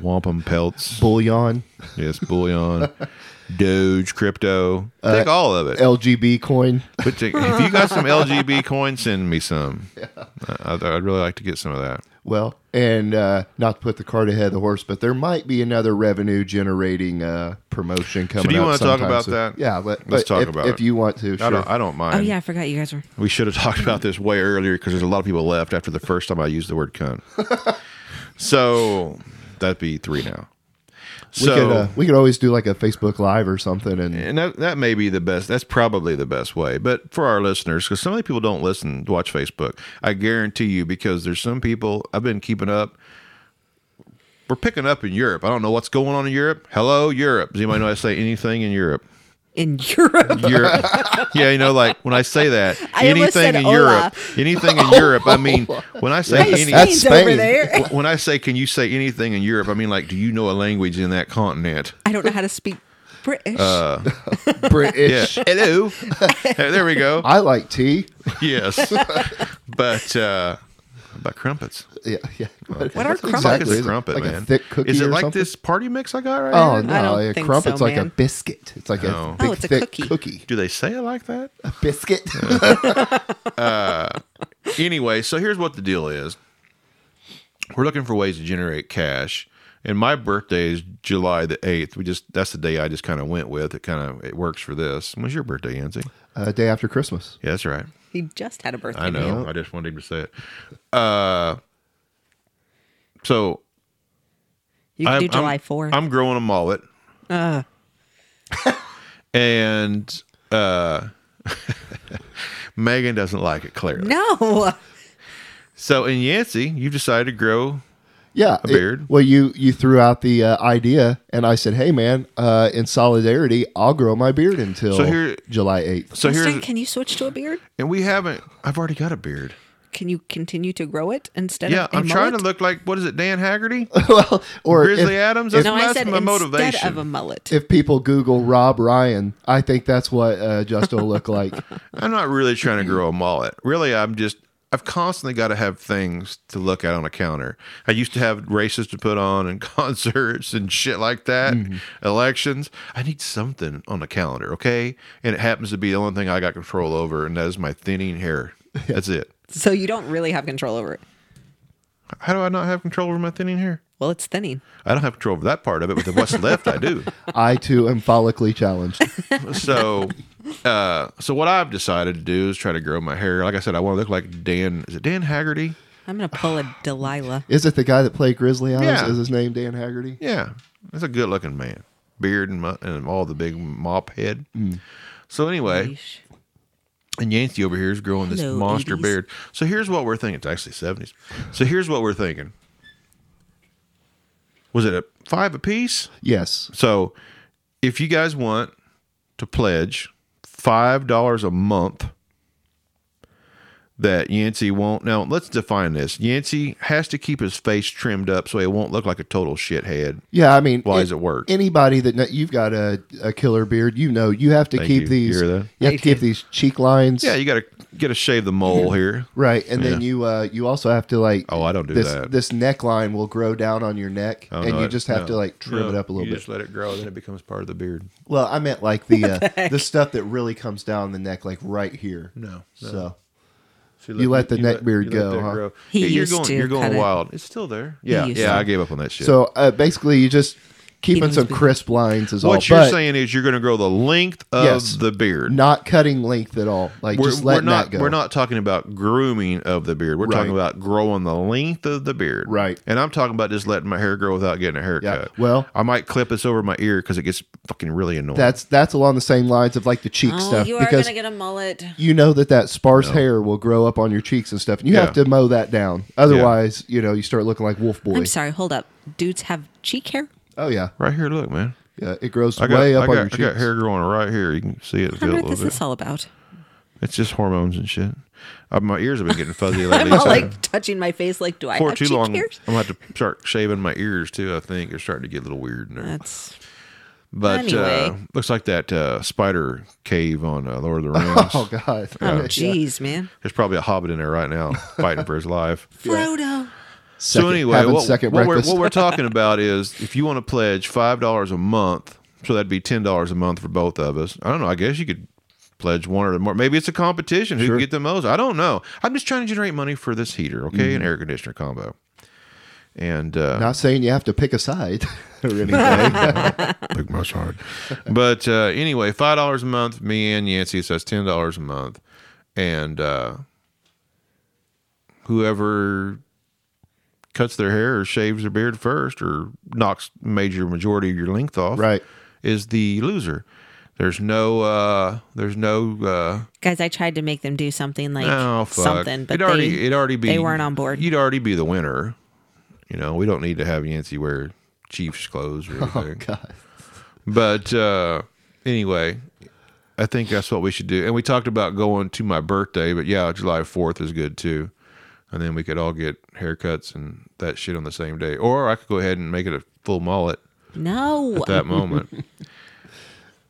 B: wampum pelts,
D: Bullion,
B: yes, bullion, Doge, crypto. Take all of it.
D: LGB coin.
B: But to- if you got some LGB coin, send me some. I, I'd I'd really like to get some of that.
D: Well, and uh, not to put the cart ahead of the horse, but there might be another revenue generating uh, promotion coming.
B: do you
D: up
B: wanna talk
D: sometime
B: about
D: soon.
B: that?
D: Yeah, let,
B: Let's talk
D: if,
B: about
D: if
B: it.
D: you want to. Sure.
B: I don't. I don't mind.
C: oh yeah, I forgot you guys were.
B: We should have talked about this way earlier because there's a lot of people left after the first time I used the word cunt. so that'd be three now.
D: we
B: So
D: could uh, we could always do like a Facebook Live or something, and
B: and that, that may be the best. That's probably the best way. But for our listeners, because so many people don't listen, watch Facebook. I guarantee you, because there's some people I've been keeping up. We're picking up in Europe. I don't know what's going on in Europe. Hello, Europe. Does anybody know I say anything in Europe?
C: In Europe.
B: Europe. yeah, you know, like when I say that,
C: I almost
B: anything
C: said
B: in
C: hola.
B: Europe, anything in Europe. I mean, when I say
D: That's-
B: any,
D: Oh. that's
C: Spain's over
D: Spain.
C: there.
B: when I say, can you say anything in Europe? I mean, like, do you know a language in that continent?
C: I don't know how to speak British.
B: Uh, Yeah.
D: British.
B: Hello. there we go.
D: I like tea.
B: yes but uh about crumpets?
D: Yeah, yeah. Oh,
C: What are
D: That's
C: crumpets?
B: It's
D: is
B: a
D: it
B: crumpet,
D: like
B: man.
D: A thick cookie
B: Is it
D: or
B: like
D: something?
B: this party mix I got right
D: Oh
B: here?
D: no,
C: I don't
D: a
C: think
D: crumpet's
C: so,
D: like a
C: man.
D: biscuit. It's like
B: No.
D: a big
C: Oh, it's a
D: thick
C: cookie. Oh,
B: Do they say it like that?
D: A biscuit.
B: anyway, so here's what the deal is. We're looking for ways to generate cash. And my birthday is July the 8th. We just that's the day I just kind of went with. It kind of it works for this. When's your birthday, Yancy?
D: uh, day after Christmas.
B: Yeah, that's right.
C: He just had a birthday.
B: I know.
D: Yeah.
B: I just wanted him to say it. Uh so
C: You can
B: I'm-
C: do
B: I'm-
C: July Uh. 4th.
B: I'm growing a mullet. and uh Megan doesn't like it clearly.
C: no.
B: So in Yancy, you've decided to grow
D: Yeah,
B: A
D: it-
B: beard.
D: well, you you threw out the uh, idea, and I said, "Hey, man, uh, in solidarity, I'll grow my beard until
B: So here-
D: July eighth.
B: so
C: Justin,
B: here's
C: can you switch to a beard?
B: and we haven't I've already got a beard.
C: Can you continue to grow it instead
B: Yeah,
C: of a
B: I'm trying to
C: mullet?
B: look like what is it, Dan Haggerty,
D: well, or
B: Grizzly
D: if,
B: Adams? That's,
C: No, I
B: that's
C: said
B: my
C: instead
B: motivation.
C: of a mullet.
D: if people Google Rob Ryan, I think that's what uh, Justin will look like.
B: I'm not really trying to grow a mullet. Really, I'm just I've constantly got to have things to look at on a counter. I used to have races to put on and concerts and shit like that,
D: Mm-hmm.
B: elections. I need something on the calendar, okay? And it happens to be the only thing I got control over, and that is my thinning hair. That's it.
C: so you don't really have control over it.
B: How do I not have control over my thinning hair?
C: Well, it's thinning.
B: I don't have control over that part of it, but then what's left, I do.
D: I too am follically challenged.
B: so uh so what I've decided to do is try to grow my hair. Like I said, I want to look like Dan is it Dan Haggerty?
C: I'm going to pull a Delilah.
D: Is it the guy that played Grizzly Adams?
B: Yeah.
D: Is his name Dan Haggerty?
B: Yeah. That's a good looking man. Beard and, mu- and all the big mop head. So anyway,
C: Yeesh.
B: and Yancey over here is growing this
C: Hello,
B: monster
C: 80s.
B: beard. So here's what we're thinking. It's actually seventies. So here's what we're thinking. Was it a five apiece?
D: Yes.
B: So if you guys want to pledge five dollars a month that Yancey won't now let's define this. Yancey has to keep his face trimmed up so he won't look like a total shithead.
D: Yeah, I mean,
B: Why
D: a-
B: does it work?
D: Anybody that kn- you've got a, a killer beard, you know, you have to
B: Thank
D: keep
B: you.
D: these.
B: You
D: You,
B: hear that?
D: have to keep these cheek lines.
B: Yeah, you gotta gotta shave the mole here.
D: Right, and then you uh, you also have to like.
B: Oh, I don't do
D: this,
B: that.
D: This neckline will grow down on your neck,
B: Oh,
D: and
B: no,
D: you
B: I-
D: just have
B: no.
D: to like trim
B: No,
D: it up a little
B: you
D: bit.
B: Just let it grow, then it becomes part of the beard.
D: Well, I meant like the uh, the stuff that really comes down the neck, like right here.
B: No, no.
D: So
B: So
D: You let the neck beard go,
B: that
D: huh?
C: He
B: Yeah, you're
C: used
B: going,
C: to
B: you're
C: cut
B: going
C: it.
B: wild. It's still there. Yeah,
C: used
B: yeah.
C: to.
B: I gave up on that shit.
D: so uh, basically, you just keeping
C: Keeping
D: some
C: his-
D: crisp lines is all.
B: what you're
D: but
B: saying is you're going to grow the length of
D: Yes.
B: the beard.
D: not cutting length at all. Like
B: we're,
D: just
B: we're
D: letting
B: not
D: that go.
B: we're not talking about grooming of the beard. We're talking
D: Right.
B: about growing the length of the beard.
D: Right.
B: And I'm talking about just letting my hair grow without getting a haircut.
D: Well-
B: I might clip this over my ear because it gets fucking really annoying.
D: That's that's along the same lines of like the cheek
C: Oh,
D: stuff
C: you are going
D: because
C: to get a mullet.
D: you know that that sparse hair will grow up on your cheeks and stuff, and you
B: Yeah.
D: have to mow that down. Otherwise, you know, you start looking like Wolf Boy.
C: I'm sorry. Hold up. Dudes have cheek hair?
D: Oh yeah,
B: right here. Look, man.
D: yeah, Uh, it grows
B: I got,
D: way
B: I
D: up
B: got,
D: on your
B: I
D: cheeks.
B: got hair growing right here. You can see it.
C: What
B: Feel
C: on
B: it a
C: earth is
B: little bit.
C: this all about?
B: It's just hormones and shit. Uh, my ears have been getting fuzzy lately.
C: I'm all
B: so
C: like touching my face like, do I
B: for
C: have
B: too
C: cheek
B: long,
C: hair?
B: I'm gonna have to start shaving my ears too. I think they're starting to get a little weird in there.
C: That's
B: But uh,
C: Uh, Anyway.
B: looks like that uh, spider cave on uh, Lord of the Rings.
D: Oh god.
C: Oh,
D: Yeah.
C: jeez, man.
B: There's probably a hobbit in there right now fighting for his life.
C: Frodo.
B: so
D: Second-
B: anyway,
D: having
B: what,
D: second
B: what we're,
D: breakfast.
B: what we're talking about is if you want to pledge five dollars a month, so that'd be ten dollars a month for both of us. I don't know. I guess you could pledge one or more. Maybe it's a competition. Who can get the most? I don't know. I'm just trying to generate money for this heater, okay,
D: Mm-hmm.
B: an air conditioner combo. And uh,
D: Not saying you have to pick a side or anything.
B: Big Mouse Hard. But uh, anyway, five dollars a month, me and Yancy, so that's ten dollars a month. And uh, whoever cuts their hair or shaves their beard first or knocks major majority of your length off
D: Right.
B: is the loser. There's no uh there's no uh
C: Guys, I tried to make them do something like
B: oh, fuck.
C: something, but
B: it'd already
C: they,
B: it'd already be
C: they weren't on board.
B: You'd already be the winner. You know, we don't need to have Yancy wear Chiefs clothes or anything.
D: God.
B: But uh, anyway, I think that's what we should do. And we talked about going to my birthday, but yeah, July 4th is good too. And then we could all get haircuts and that shit on the same day. Or I could go ahead and make it a full mullet
C: no.
B: at that moment.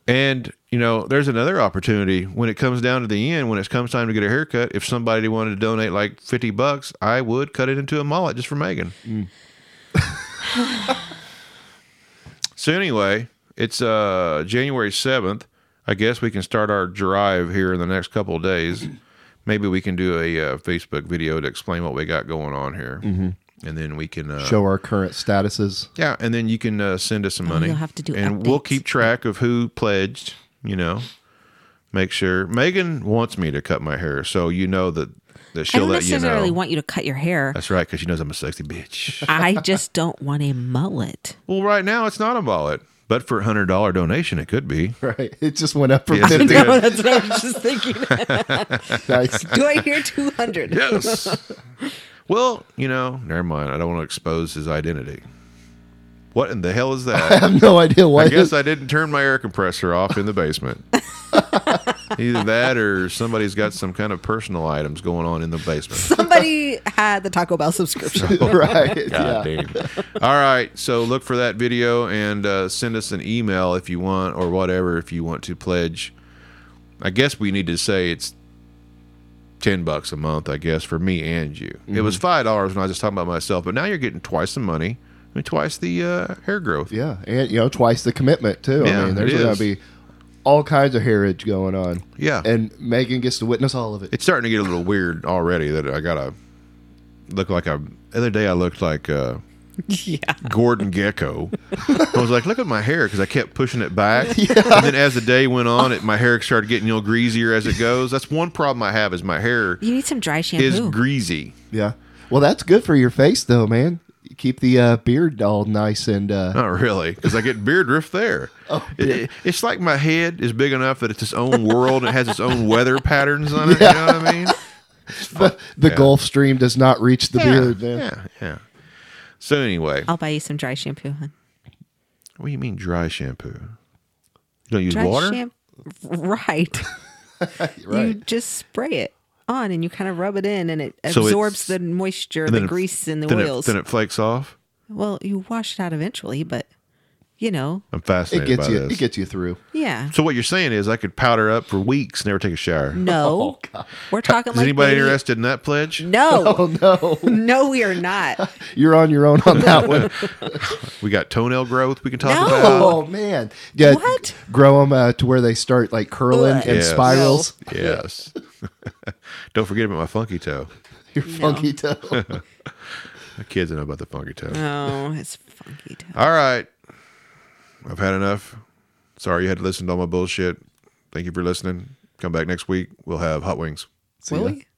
B: And you know, there's another opportunity when it comes down to the end, when it comes time to get a haircut. If somebody wanted to donate like 50 bucks, I would cut it into a mullet just for Megan. so, anyway, it's uh, January 7th. I guess we can start our drive here in the next couple of days. Maybe we can do a uh, Facebook video to explain what we got going on here. And then we can uh,
D: Show our current statuses.
B: yeah, and then you can uh, send us some money.
C: Oh, you'll have to do
B: and we'll
C: updates.
B: keep track of who pledged. You know, make sure Megan wants me to cut my hair, so you know that that
C: I
B: she'll
C: don't
B: let you
C: necessarily
B: know.
C: want you to cut your hair.
B: That's right, because she knows I'm a sexy bitch.
C: I just don't want a mullet.
B: well, right now it's not a mullet, but for a hundred dollar donation, it could be.
D: Right. It just went up from
B: Yes, it
C: I
D: 50
B: did.
C: know that's what I was just thinking.
D: Nice.
C: Do I hear two hundred?
B: Yes. well, you know, never mind. I don't want to expose his identity. What in the hell is
D: I
B: that?
D: have no idea why.
B: I guess
D: this-
B: I didn't turn my air compressor off in the basement. Either that or somebody's got some kind of personal items going on in the basement.
C: Somebody had the Taco Bell subscription.
D: right.
B: God
D: yeah.
B: damn. All right. So look for that video and uh, send us an email if you want or whatever if you want to pledge. I guess we need to say it's 10 bucks a month, I guess, for me and you. It was $5 when I was just talking about myself, but now you're getting twice the money and twice the uh, hair growth.
D: Yeah. And, you know, twice the commitment, too.
B: Yeah,
D: I mean, there's
B: it
D: going
B: is.
D: to be all kinds of heritage going on.
B: Yeah.
D: And Megan gets to witness all of it.
B: it's starting to get a little weird already that I gotta look like I. The other day I looked like uh,
C: yeah.
B: Gordon Gecko. I was like, look at my hair because I kept pushing it back, and then as the day went on, it my hair started getting a little greasier as it goes. That's one problem I have is my hair
C: You need some dry shampoo.
B: is greasy.
D: Yeah. Well, that's good for your face, though, man. Keep the uh, beard all nice and uh,
B: Not really, because I get beard riff there. It- it- it's like my head is big enough that it's its own world. and It has its own weather patterns on it. You know what I mean?
D: the, the Gulf Stream does not reach the beard, man.
B: yeah, yeah. So anyway,
C: I'll buy you some dry shampoo, hon.
B: what do you mean dry shampoo? You don't use
C: Dry
B: water?
C: shampoo. Right. You just spray it on and you kind of rub it in and it
B: So
C: absorbs
B: it's-
C: the moisture,
B: And
C: the
B: then it-
C: grease, and the
B: then it-
C: oils.
B: then it flakes off.
C: well, you wash it out eventually, but you know,
B: I'm
D: It
B: fascinated
D: gets
B: by
D: you.
B: this.
D: It gets you through.
C: yeah.
B: so what you're saying is I could powder up for weeks, never take a shower.
C: Mm, No. We're talking
B: Is
C: like
B: Oh, anybody
C: maybe-
B: interested in that pledge?
C: Mm. No.
D: Oh no,
C: No, we are not.
D: you're on your own on that one.
B: We got toenail growth we can talk
C: No.
B: about.
D: Oh man, yeah.
C: What?
D: Grow them uh, to where they start like curling
C: Ugh.
D: and
B: Yes.
D: spirals.
B: Yes. Don't forget about my funky toe.
D: Your funky toe.
B: The kids know about the funky toe.
C: No, Oh, it's funky. Town.
B: All right. I've had enough. Sorry you had to listen to all my bullshit. Thank you for listening. Come back next week. We'll have hot wings.
D: See
C: Will
D: ya.
C: we?